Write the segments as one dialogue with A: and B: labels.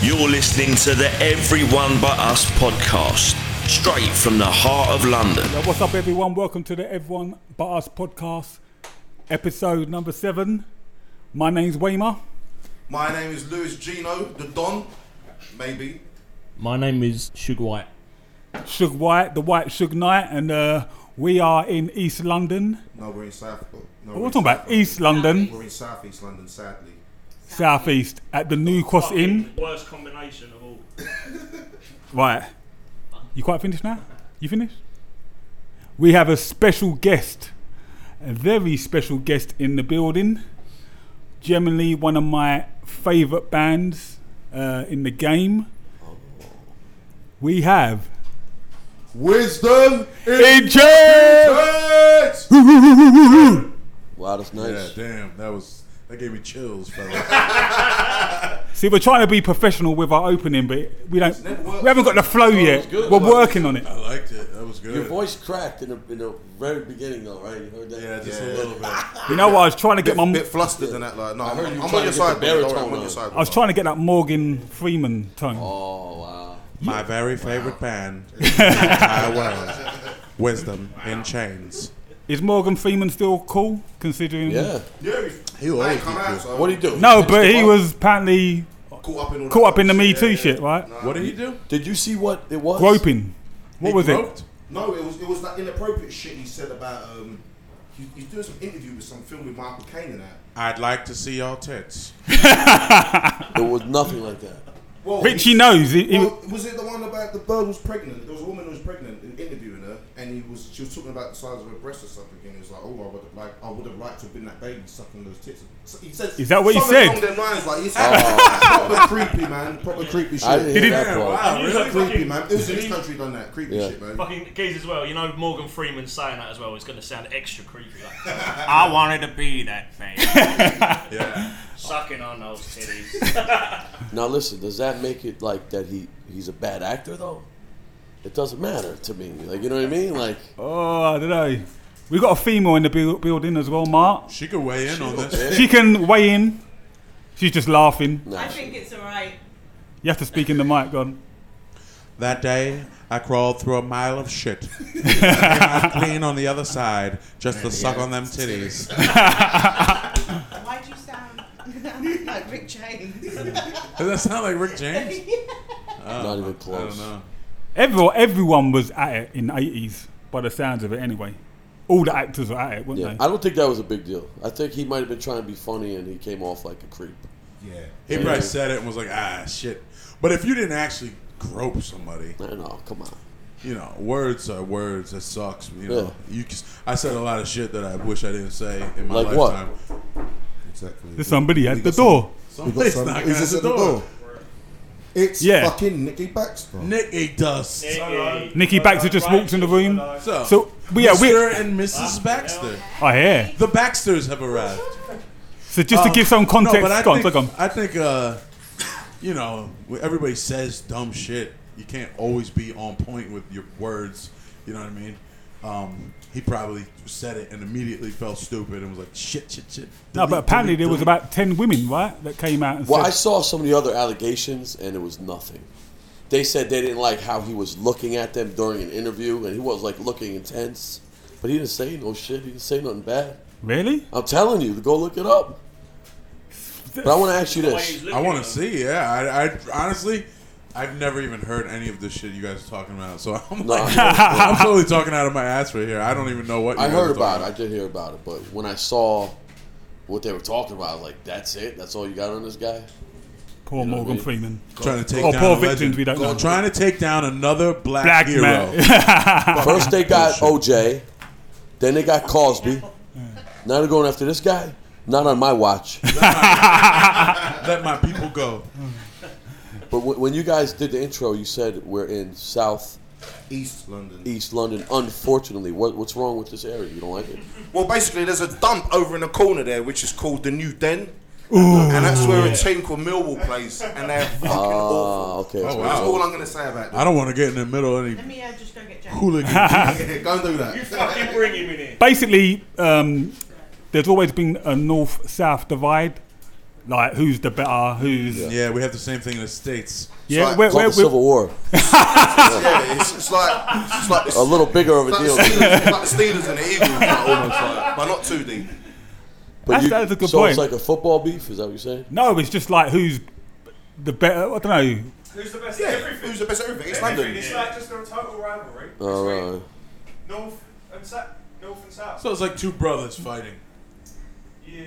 A: You're listening to the Everyone But Us podcast, straight from the heart of London.
B: Yeah, What's up, everyone? Welcome to the Everyone But Us podcast, episode number seven. My name's Waymer.
C: My name is Louis Gino, the Don, maybe.
D: My name is Sugar White.
B: Suge White, the White Suge Knight, and uh, we are in East London.
C: No, we're in South. No,
B: But
C: we're
B: we're
C: in
B: talking about
C: South-
B: East London,
C: We're in South East London, sadly.
B: Southeast, at the New Cross Inn.
E: Worst combination of all.
B: Right. You quite finished now? You finished? We have a special guest, a very special guest in the building. Generally, one of my favourite bands uh, in the game. We have
C: Wisdom in
B: Angel.
C: Church!
F: Wildest
C: Yeah,
F: nights.
C: damn, that was that gave me chills, fella.
B: See, we're trying to be professional with our opening, but we don't.
C: never worked.
B: We haven't got the flow yet.
F: Oh, good.
B: We're working on it.
C: I liked it. That was good.
F: Your voice cracked in the, in the very beginning, though, right? You heard that?
C: Yeah, just a little bit. A
B: You know what? I was trying to get my.
C: bit flustered than that. Like, no, I'm,
F: heard you
C: I'm on
F: trying
C: your
F: to get
C: side,
F: the
C: brother. Don't worry,
F: baritone
C: I'm on your
F: on.
C: side.
B: I was trying to get that Morgan Freeman tone.
F: Oh wow.
G: My very favorite band in the entire world, Wisdom in Chains.
B: Is Morgan Freeman still cool? Considering.
F: Yeah.
C: Yeah,
G: He will
C: I ain't
G: always
C: come
G: be
C: out,
G: cool.
C: so
F: What do you do?
B: No, but he was apparently
C: caught up in all
B: caught up in the
C: that
B: Me
C: shit.
B: Too
C: Yeah,
B: shit,
C: yeah.
B: right?
C: Nah.
G: What did he do?
F: Did you see what it was?
B: Groping. What was it?
C: No, it was it was that inappropriate shit he said about. um he- He's doing some interview with some film with Michael Caine and that.
G: I'd like to see your tits.
F: It was nothing like that.
C: Well,
B: Richie
C: he-
B: knows. He, he-
C: Well, was it the one about the bird was pregnant? There was a woman who was pregnant and interviewing her, and he was she was talking about the size of her breast or something, and he was like, "Oh, I would have like I would have liked to have been that baby sucking those tits." So he said,
B: Is that what he
C: something
B: said?
C: Along them lines, like he said,
F: Oh.
C: proper creepy man, proper creepy
F: I didn't
C: shit.
F: hear
B: He
F: that part.
G: didn't- wow.
E: And you
C: Proper
E: know
C: creepy
E: fucking-
C: man. It was in this
E: you-
C: country done that creepy
F: Yeah.
C: shit, man.
E: Fucking gays as well. You know Morgan Freeman saying that as well is going to sound extra creepy. Like, I wanted to be that thing,
G: Yeah.
E: sucking on those titties.
F: Now listen, does that make it like that he he's a bad actor though? It doesn't matter to me. Like you know what I mean? Like
B: oh, I don't know. We got a female in the buil- building as well, Mark.
G: She could weigh in on this.
B: She can weigh in. She's just laughing.
F: nah.
H: I think it's alright.
B: You have to speak in the mic, God.
G: That day, I crawled through a mile of shit. Came out clean on the other side, just to suck on them titties.
H: Why do you sound like Rick James?
G: Does that sound like Rick James?
F: not even
G: I don't
F: close.
G: know.
B: Everyone, everyone was at it in the 80s by the sounds of it, anyway. All the actors were at it, weren't
F: Yeah,
B: they?
F: I don't think that was a big deal. I think he might have been trying to be funny and he came off like a creep.
C: Yeah.
G: He probably said it and was like, ah, shit. But if you didn't actually grope somebody,
F: I don't know, come on.
G: you know, words are words. It sucks. You know,
F: Yeah.
G: you. c- I said a lot of shit that I wish I didn't say in my
F: Like what?
G: lifetime.
C: Exactly.
B: There's somebody at the door.
G: Somebody's knocking at the door.
C: It's
B: Yeah.
C: fucking Nicky Baxter.
G: Nick ate dust.
E: Nicky.
B: Nikki Baxter just walked in the room.
G: So,
B: So, but yeah, we-
G: Mr. and Mrs. Baxter.
B: I hear.
G: The Baxters have arrived.
B: So just to
G: Um,
B: give some context,
G: no, but I
B: go on,
G: think,
B: go on.
G: I think, uh, you know, when everybody says dumb shit. You can't always be on point with your words. You know what I mean? Um, he probably said it and immediately felt stupid and was like, shit, shit, shit.
B: No, but
G: delete,
B: apparently
G: delete,
B: there was
G: delete.
B: about 10 women, right, that came out and
F: Well, I
B: said,
F: saw some of the other allegations, and it was nothing. They said they didn't like how he was looking at them during an interview, and he was like looking intense, but he didn't say no shit. He didn't say nothing bad.
B: really?
F: I'm telling you to go look it up. But I want to ask you this:
G: I want to see. Yeah, I, I honestly, I've never even heard any of this shit you guys are talking about. So I'm
F: No,
G: like,
F: I-
G: I'm totally talking out of my ass right here. I don't even know what you
F: I
G: guys
F: heard
G: are
F: about
G: talking
F: it. I did hear about it, but when I saw what they were talking about, I was like, "That's it? That's all you got on this guy?"
B: Poor
F: know what I
B: Morgan
F: mean?
B: Freeman.
G: Trying to take
B: Oh,
G: down
B: poor
G: a legend.
B: victims we don't know.
G: Trying to take down another black,
B: Black
G: hero.
B: man.
F: First they got OJ, then they got Cosby. Now they're going after this guy. Not on my watch.
G: Let my people go.
F: But when when you guys did the intro, you said we're in South
C: East London.
F: East London. Unfortunately, what, what's wrong with this area? You don't like it?
C: Well, basically, there's a dump over in the corner there, which is called the New Den. And that's where a team called Millwall plays, and they're fucking
F: Ah,
C: awful.
F: okay.
G: Oh,
C: That's all
G: wow.
C: I'm going to say about
G: I don't want to get in the middle of any
H: Let me uh, just go get James.
G: hooligan.
C: that. Go and do
E: You
C: that.
E: fucking bring him in here.
B: Basically, um, there's always been a north-south divide. Like, who's the better? Who's. Yeah,
G: Yeah, we have the same thing in the states.
B: yeah
C: It's like-
B: where,
F: It's like
B: where,
F: the Civil War.
C: yeah, it's, it's like it's like
F: A
C: the,
F: little bigger of a
C: it's like, the
F: deal.
C: Steelers, it's like the Steelers and the Eagles, like, almost like, but not too deep.
F: But
B: That's-
F: you-
B: that's a good
F: so
B: point.
F: it's like a football beef, is that what you're saying?
B: no, it's just like who's the better. I don't know.
I: Who's the best?
C: Yeah,
I: at everything.
C: who's the best at everything? It's
I: Everything.
C: London.
I: It's like just a total rivalry.
F: All
I: between
F: right.
I: North and south. North and south.
G: So it's like two brothers fighting.
I: yeah.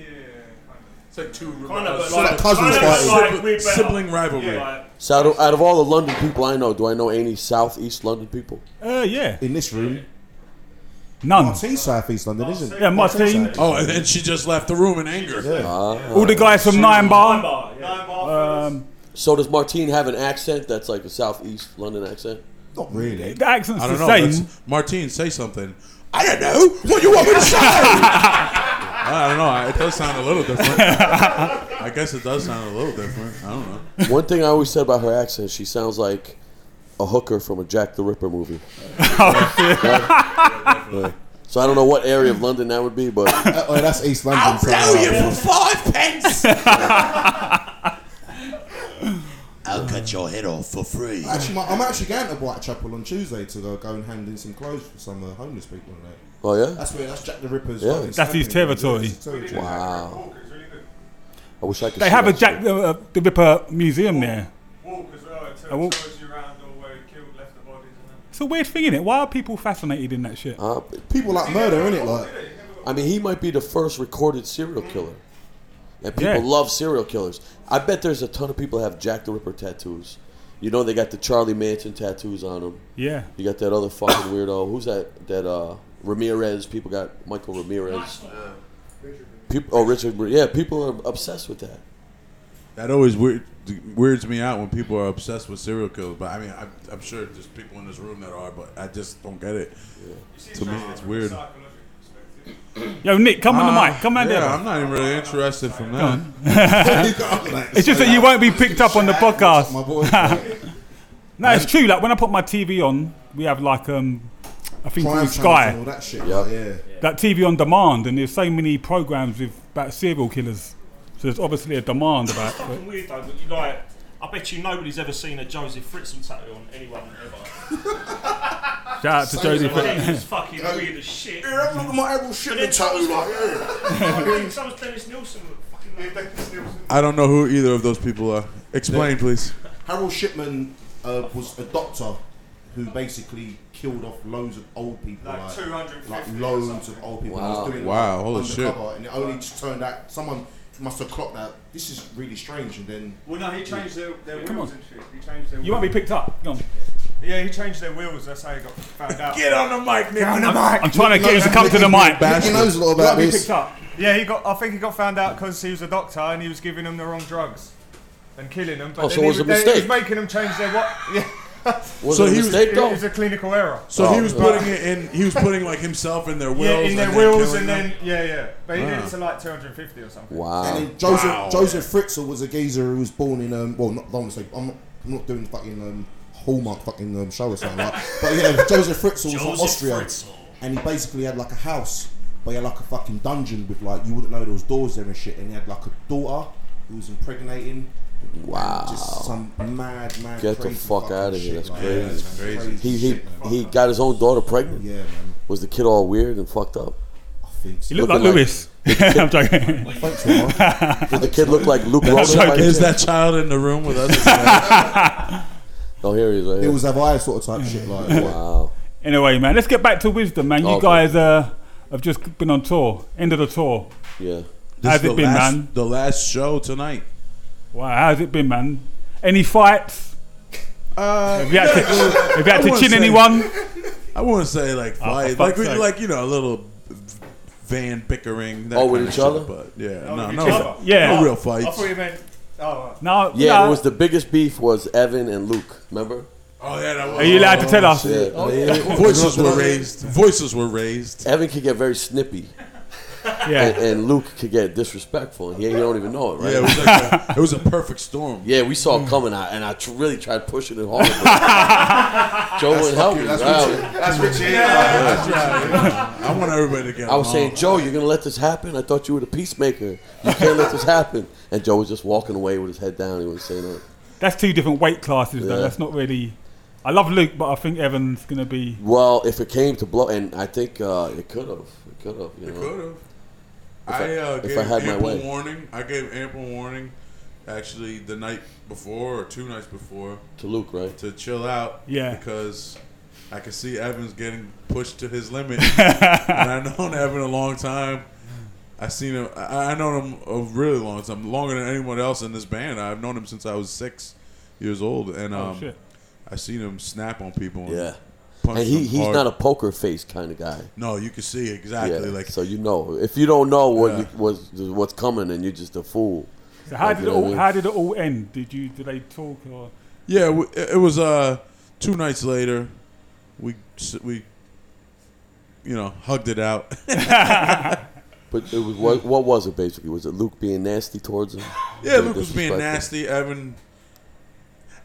G: It's like two
I: Kind
G: uh,
I: of, but
G: sibling-
I: like,
C: cousins
I: kind of
G: sibling-
I: like, we're better.
G: sibling rivalry.
I: Yeah, like,
F: So out of, out of all the London people I know, do I know any South East London people?
B: Uh, yeah.
C: In this room,
B: None.
C: South East London, isn't
B: Yeah, Martine.
G: Oh, and then she just left the room in anger.
B: All the guys from Nine
I: nine
B: Bar.
I: bar. Yeah. Uh, Nine bar.
B: Um,
F: Ah. So does Martine have an accent that's like a South East London accent?
C: Not really.
B: the accent's
G: I don't
B: the
G: know.
B: same.
G: let's- Martine, say something. I don't know. What you want me to say? I don't know. I- It does sound a little different. I guess it does sound a little different. I don't know.
F: One thing I always said about her accent, she sounds like a hooker from a Jack the Ripper movie.
B: Oh,
F: Right? So I don't know what area of London that would be, but
C: Oh, that's East London.
G: for five pence. I'll cut your head off for free.
C: Actually, my, I'm actually going to Whitechapel on Tuesday to go, go and hand in some clothes for some uh, homeless people and that.
F: oh yeah,
C: That's where that's Jack the Ripper's.
F: Yeah.
C: fucking
B: That's his
C: standing.
B: territory.
C: That's his territory.
F: wow.
I: Walker is really good.
F: I wish I could.
B: They
F: see
B: have a
F: that
B: Jack
F: shit.
B: the, uh, the Ripper museum there.
I: Walk as well. It
B: I walk-
I: tells shows you around all where he killed, left the bodies. and
B: It's a weird thing, innit? Why are people fascinated in that shit?
F: Uh,
C: People like murder, innit? Like,
F: I mean, he might be the first recorded serial killer, and people
B: Yeah.
F: love serial killers. I bet there's a ton of people that have Jack the Ripper tattoos. You know, they got the Charlie Manson tattoos on them.
B: Yeah.
F: You got that other fucking weirdo. Who's that? That uh, Ramirez. People got Michael Ramirez. People, oh, Richard. Yeah, people are obsessed with that.
G: That always weird, weirds me out when people are obsessed with serial killers. But I mean, I'm, I'm sure there's people in this room that are, but I just don't get it. To me, it's weird.
I: Psychological perspective.
B: Yo, Nick, come on
C: uh,
G: Ah,
B: the mic. Come on
G: yeah,
B: there.
G: I'm not even really interested from that.
B: it's just that you won't be picked up on the podcast.
C: my boy.
B: No, it's true. Like when I put my TV on, we have like um, I think called
C: Triumph Channels and
B: Sky,
C: all that shit.
F: Yep.
C: like, yeah.
B: that TV on demand, and there's so many programs with about serial killers. So there's obviously a demand about.
I: It's fucking weird though, but you like, I bet you nobody's ever seen a Joseph Fritzl tattoo on anyone ever.
B: Shout out to Jodie.
I: Like, it was fucking weird as shit.
C: Yeah, have a look at my Errol Shipman tattoo, like, yeah.
I: I think some of Dennis Nielsen would fucking like Dennis Nielsen.
G: I don't know who either of those people are. Explain, please.
C: Harold Shipman uh, was a doctor who basically killed off loads of old people.
I: Like
C: Like,
I: 250
C: like
I: or
C: loads
I: something.
C: of old people.
F: Wow.
C: He was doing
G: Wow, holy
C: undercover, And it only just turned out someone must have clocked that this is really strange. And then
I: Well, no, he changed their, their
B: Come
I: wheels
B: on.
I: and shit. He changed their
B: You won't be
I: wheels.
B: picked up. Go on.
I: Yeah, he changed their wheels. That's how he got found out.
G: Get on the mic, Nick. On the mic.
B: I'm trying to get you to come to the mic.
C: he knows a lot
B: You won't
C: about
B: be
C: this.
B: picked up.
I: Yeah, he got. I think he got found out because he was a doctor and he was giving them the wrong drugs and killing them. But
F: Oh,
I: then
F: so it
I: he,
F: was a
I: then he
F: mistake.
I: was making them change their what? Yeah,
F: Was
G: So
F: it a
G: he was-
F: mistake
I: it
F: though?
I: was a clinical error.
G: So he
F: Oh,
G: was
F: yeah.
G: putting it in. He was putting like himself in their wills.
I: Yeah, in
G: and
I: their
G: then
I: wheels
G: killing
I: and
G: them.
I: then yeah, yeah. But he did it to like 250 or something.
C: And
F: wow.
C: then Joseph Joseph Fritzl was a geezer who was born in um well not don't say I'm not, I'm not doing fucking um Hallmark fucking um, show or something like but yeah Joseph Fritzl was from Austria and he basically had like a house but he had like a fucking dungeon with like you wouldn't know there was doors there and shit and he had like a daughter who was impregnating just
F: Wow.
C: some mad mad
F: Get the
C: crazy
F: fuck
C: fucking
F: outta here,
C: shit,
F: that's
C: like,
F: crazy.
C: yeah, it's
G: Crazy.
F: He he
C: shit, man.
F: he got his own daughter pregnant.
C: yeah man
F: Was the kid all weird and fucked up?
C: I think so.
B: You look like
F: Looking like-
B: Lewis. I'm joking.
C: Thanks, Lamar.
F: Did the kid look like Luke Roman?
B: joking.
F: by chance?
G: Is that child in the room with us?
F: Oh, here he is. Right
C: it
F: here.
C: was have I sort of type shit like yeah.
F: wow.
B: Anyway, man, let's get back to wisdom, man. You
F: Okay.
B: guys uh, have just been on tour. End of the tour.
F: Yeah.
G: This
B: How's
G: is
B: it
G: the
B: been,
G: last-
B: man?
G: The last show tonight.
B: Wow, how's it been, man? Any fights?
G: Uh,
B: Have you had to, have you had
G: I
B: to
G: wouldn't
B: chin
G: say-
B: anyone?
G: I wouldn't say like fight,
B: fuck's
G: like we,
B: sake.
G: like you know a little van bickering. That
F: Oh,
G: kind
F: with
G: of
F: each
G: shit,
F: other?
G: but yeah, no,
I: with
G: no,
I: each other?
B: Yeah.
G: no real
I: I
G: fights.
I: thought you meant. Oh, right.
B: No.
F: Yeah,
B: no.
F: it was the biggest beef was Evan and Luke. Remember?
G: Oh yeah, that was. Oh,
B: Are you allowed to tell us?
F: Yeah.
G: Voices were raised. Voices were raised.
F: Evan could get very snippy.
B: Yeah.
F: And, and Luke could get disrespectful, and he, he don't even know it, right?
G: Yeah, Mm. it was like a, it was a perfect storm.
F: Yeah, we saw it coming, I- and I tr- really tried pushing it hard. but Joe wouldn't help me.
G: That's
F: right?
G: Richie.
C: That's Richie.
G: I want everybody to get.
F: I was
G: along.
F: saying, Joe, you're gonna let this happen? I thought you were the peacemaker. You can't let this happen. And Joe was just walking away with his head down. He wasn't saying nothing.
B: That's two different weight classes, though.
F: Yeah.
B: That's not really. I love Luke, but I think Evan's gonna be.
F: Well, if it came to blow, and I think uh, it could have, it could have, you
G: It
F: know.
G: could have. I, uh,
F: if
G: gave
F: I had my
G: ample
F: way.
G: warning. I gave ample warning, actually, the night before or two nights before
F: To Luke, right?
G: to chill out.
B: Yeah.
G: Because I could see Evans getting pushed to his limit, and I've known Evan a long time. I seen him. I I known him a really long time, longer than anyone else in this band. I've known him since I was six years old, and um,
B: Oh, shit.
G: I seen him snap on people. and
F: Yeah.
G: punch
F: And he,
G: them
F: he's
G: hard.
F: not a poker face kind of guy.
G: No, you can see exactly
F: yeah.
G: like
F: so you know, if you don't know what
G: Yeah.
F: you, what's, what's coming, then you're just a fool.
B: So how
F: Like,
B: did
F: you
B: it
F: know,
B: all?
F: it-
B: How did it all end? Did you? Did they talk or?
G: Yeah, w- it it was uh, two nights later. We s- we, you know, hugged it out.
F: But it was what, what was it basically? Was it Luke being nasty towards him?
G: yeah, Luke was being
F: Disrespectful?
G: nasty. Evan.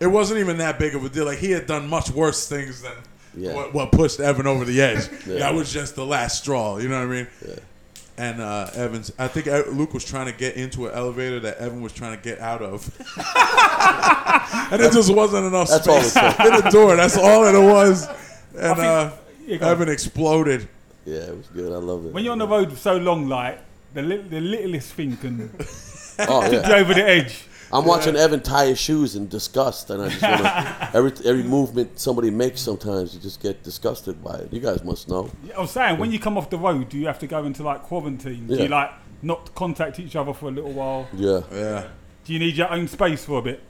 G: It wasn't even that big of a deal. Like he had done much worse things than
F: Yeah.
G: what, what pushed Evan over the edge.
F: Yeah.
G: That was just the last straw. You know what I mean?
F: Yeah.
G: And uh, Evans, I think uh, Luke was trying to get into an elevator that Evan was trying to get out of, and it just wasn't enough
F: That's all it
G: space
F: took.
G: in the door. That's all it was. And uh,
B: Yeah, go on.
G: Evan exploded.
F: Yeah, it was good. I love it.
B: When you're on the road for so long, like the li- the littlest thing can
F: oh, yeah.
B: get over the edge.
F: I'm watching Evan tie his shoes in disgust, and I just want to every every movement somebody makes. Sometimes you just get disgusted by it. You guys must know.
B: I'm saying when you come off the road, do you have to go into like quarantine? Do
F: Yeah.
B: you like not contact each other for a little while?
F: Yeah,
G: Yeah.
B: Do you need your own space for a bit?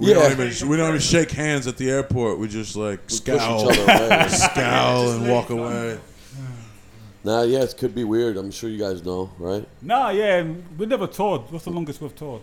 G: We
F: yeah.
G: don't even we don't even shake hands at the airport. We just like
F: push
G: scowl,
F: each other away.
G: scowl, and walk away.
F: Now, yeah, it could be weird. I'm sure you guys know, right?
B: No, yeah, we never toured. What's the longest we've toured?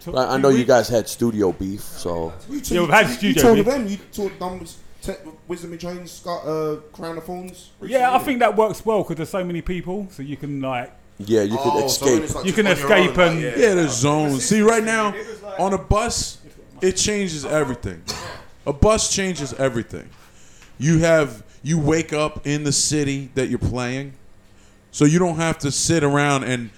B: Tou-
F: I, I
B: two
F: know you
B: weeks?
F: guys had studio beef, so
J: You
B: Yeah, we've had
J: You
B: studio,
J: told
B: yeah.
J: them. You taught numbers. Te- Wisdom and Chains, Scott, uh, Crown of Thorns.
B: Yeah, I think that works well because there's so many people, so you can like
F: yeah, you
G: Oh,
F: could
C: Oh,
F: escape.
B: You can escape and-
G: Yeah, there's zones. See, right now on a bus, it changes everything. A bus changes everything. You have you wake up in the city that you're playing, so you don't have to sit around and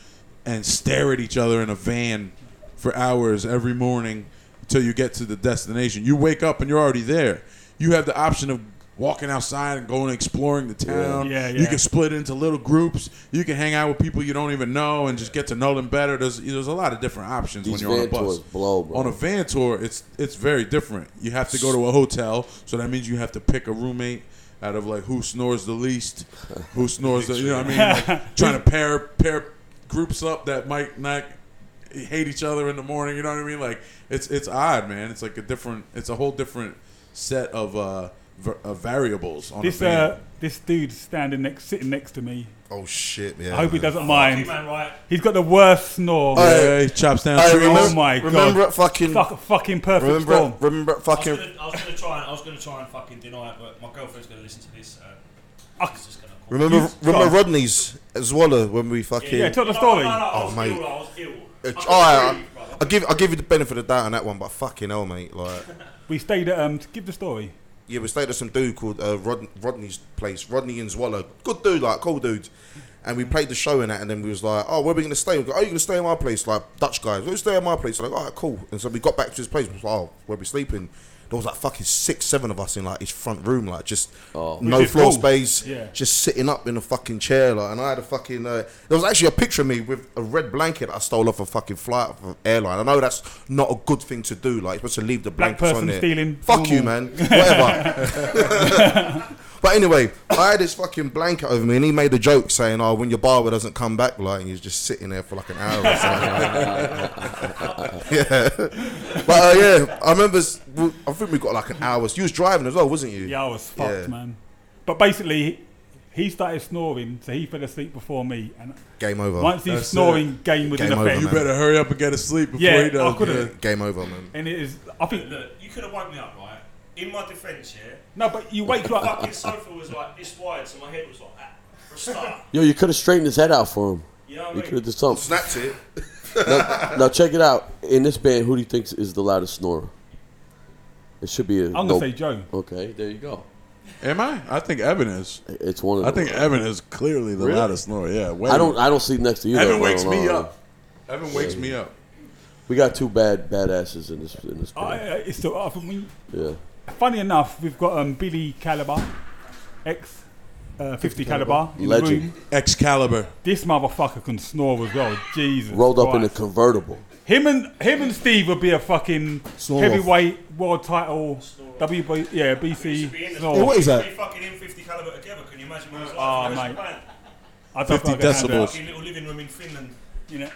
G: and stare at each other in a van for hours every morning until you get to the destination. You wake up and you're already there. You have the option of walking outside and going and exploring the town.
B: Yeah,
G: You
B: yeah.
G: can split into little groups. You can hang out with people you don't even know and just get to know them better. There's there's a lot of different options
F: These
G: when you're on
F: van
G: a bus.
F: tours blow, bro.
G: On a van tour, it's it's very different. You have to go to a hotel, so that means you have to pick a roommate out of like who snores the least, who snores the you know what I mean. Like, trying to pair pair groups up that might not hate each other in the morning. You know what I mean? Like it's it's odd, man. It's like a different. It's a whole different set of uh, va- of variables on
B: this.
G: a van.
B: Uh, this dude standing next, sitting next to me.
C: Oh shit, yeah.
B: I hope he doesn't mind.
E: Man, right.
B: He's got the worst snore.
C: Oh,
G: yeah, he chops down
C: I
G: trees.
C: remember,
B: Oh my God.
C: remember it fucking.
B: Fuck, fucking perfect
C: remember,
B: storm.
C: it, remember it
E: I was,
C: fucking.
E: gonna, I was gonna try. I was gonna try and fucking deny it, but my girlfriend's gonna listen to this. Uh, she's just gonna. Call
C: Remember,
B: You've
C: remember
B: got-
C: Rodney's as well uh, when we fucking.
B: yeah, tell the story.
E: No, no, no, I
C: Oh,
E: was
C: mate.
E: Ill, I was ill.
C: Uh,
E: I
C: all right,
E: couldn't breathe,
C: I'll,
E: brother.
C: I'll give I'll give you the benefit of the doubt on that one, but fucking hell, mate. Like,
B: We stayed at um. To give the story.
C: yeah, we stayed at some dude called uh, Rod, Rodney's place, Rodney and Zwolla. Good dude, like cool dude. And we played the show in that, and then we was like, oh, where are we gonna stay? We go, oh, you gonna stay at my place, like Dutch guys. We stay at my place. Like, all right, cool. And so we got back to his place. We was like, oh, where we sleeping? There was like fucking six, seven of us in like his front room, like just no
B: Which is cool.
C: floor space,
B: Yeah.
C: just sitting up in a fucking chair, like. And I had a fucking. Uh, there was actually a picture of me with a red blanket I stole off a fucking flight of an airline. I know that's not a good thing to do. Like, you're supposed to leave the
B: Black
C: blankets on
B: person
C: there.
B: stealing.
C: Fuck you, man. Whatever. but anyway, I had this fucking blanket over me, and he made a joke saying, "Oh, when your barber doesn't come back, like, and you're just sitting there for like an hour." or something." yeah. But uh, yeah, I remember. s- w- I think we got like an hour. You was driving as well, wasn't you?
B: Yeah, I was fucked,
C: Yeah.
B: man. But basically, he started snoring, so he fell asleep before me. And
C: Game over.
B: once he's
G: that's
B: snoring, game was in
C: Game over,
B: effect.
G: You
C: man.
G: better hurry up and get to sleep before
B: Yeah,
G: he does.
B: I could've-
G: yeah.
C: Game over, man.
B: And it is. I think
E: Look, you could have woke me up, right? In my defence, yeah.
B: no, but you wake up.
E: Fucking sofa was like this wide, so my head was like that. For a start.
F: Yo, you could have straightened his head out for him. We could have done something.
C: Oh, Snapped it.
F: now, now check it out. In this band, who do you think is the loudest snorer? It should be a.
G: I'm gonna say Joe.
F: Okay, there you go.
G: Am I? I think Evan is.
F: It's one of.
G: I
F: them.
G: think Evan is clearly the
F: Really?
G: loudest snorer. Yeah.
F: I don't. I don't sleep next to you. though,
G: Evan wakes
F: hold on,
G: me
F: hold on.
G: up. Evan wakes me up.
F: We got two bad badasses in this in this
B: I, I-
F: band.
B: it's still I mean,
G: Oh,
F: Yeah.
B: Funny enough, we've got um, Billy Caliber, X, uh, 50 Caliber, in the
F: Legend.
B: room.
G: Excalibur.
B: This motherfucker can snore as well. Jesus.
F: Rolled up in a
B: Christ.
F: convertible.
B: Him and him and Steve would be a fucking
F: Snore off.
B: heavyweight world title, WB, yeah, BC. Snore.
C: Hey, what is that?
E: Fucking M50 caliber together. Can you imagine what it was like?
B: Oh, mate.
E: for the rest of the band?
B: I don't 50 think I can decibels. handle it.
E: Fucking little living room in Finland.
B: You know.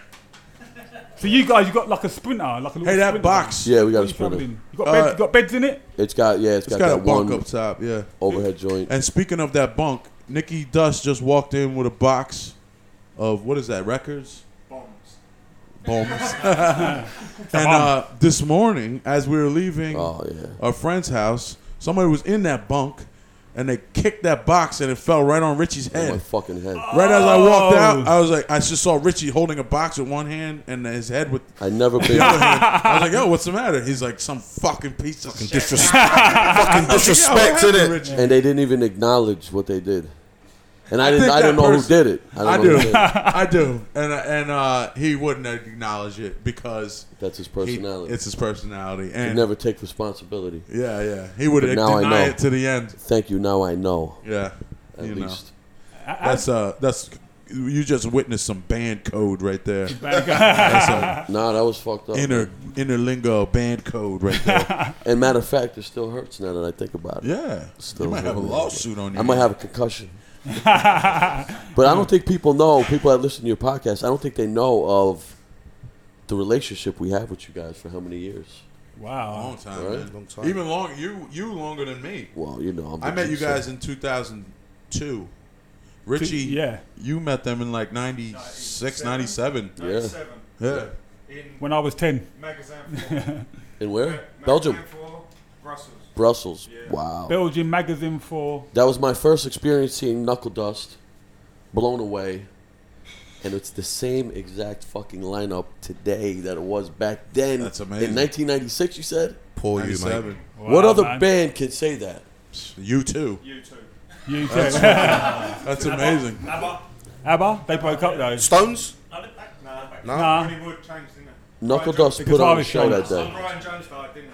B: So you guys, you got like a sprinter, like a little
G: Hey, that
B: sprinter.
G: box.
F: Yeah, we got
B: What
F: a
B: you
F: sprinter.
B: travelling? You got, bed,
G: Uh,
B: you got beds in it.
F: It's got yeah.
G: It's
F: got,
G: got a
F: that
G: bunk
F: one
G: up top, yeah.
F: Overhead joint.
G: And speaking of that bunk, Nikki Dust just walked in with a box of what is that? Records.
E: Bombs.
G: Bombs. and uh, this morning, as we were leaving
F: Oh.
G: our friend's house, somebody was in that bunk, and they kicked that box, and it fell right on Richie's
F: in
G: head.
F: Oh my fucking head.
G: Right as I walked out,
F: Oh.
G: I was like, I just saw Richie holding a box with one hand and his head with
F: I never been.
G: the other hand. I was like, yo, what's the matter? He's like, some fucking piece of shit.
F: fucking
G: I was like, "Yo, what happened, Richie?"
F: And they didn't even acknowledge what they did. And I
G: I
F: didn't.
G: think
F: I, didn't
G: that
F: know
G: person-
F: who did it. don't
G: I
F: know who
G: do.
F: did it.
G: I do. And and uh, he wouldn't acknowledge it because
F: that's his
G: personality. it's his personality.
F: You
G: And
F: never take responsibility.
G: Yeah, yeah. He would
F: But now I
G: deny
F: know.
G: it to the end.
F: Thank you. Now I know.
G: Yeah.
F: At
G: you know.
F: least.
G: That's uh that's you just witnessed some band code right there.
F: Band code. Nah, that was fucked up.
G: Inner inner lingo band code right there.
F: And matter of fact, it still hurts now that I think about it.
G: Yeah.
F: It still
G: You might have a
F: hurts.
G: lawsuit on
F: I
G: you.
F: might have a concussion. but I don't think people know. People that listen to your podcast, I don't think they know of the relationship we have with you guys for how many years.
B: Wow.
G: Long time,
F: Right?
G: man.
F: Long
C: time.
G: Even long you you longer than me.
F: Well, you know, I'm
G: I met you
F: so-
G: guys in 2002. Richie,
B: Two- yeah.
G: you met them in like 96, 97.
F: Yeah. 97.
G: Yeah.
B: When I was ten.
I: Magazine.
F: In where? Belgium.
I: Brussels.
F: Brussels. Wow.
B: Belgian magazine for
F: That was my first experience seeing Knuckle Dust, blown away, and it's the same exact fucking lineup today that it was back then. That's
G: amazing.
F: In 1996, you said.
C: Poor
G: you, mate. 97.
F: what
G: Wow,
F: other
G: man.
F: band can say that?
G: You too.
E: You too.
B: You
G: That's-
B: too.
G: that's amazing.
E: ABBA.
B: ABBA. They broke up though.
C: Stones.
E: Nah.
B: No. Nah.
I: Ronnie Wood changed, didn't it?
F: Knuckle
I: Brian Jones-
F: Dust put on a
B: guitarist
F: show
B: showed
F: that
B: us.
F: day.
I: Brian Jones died, didn't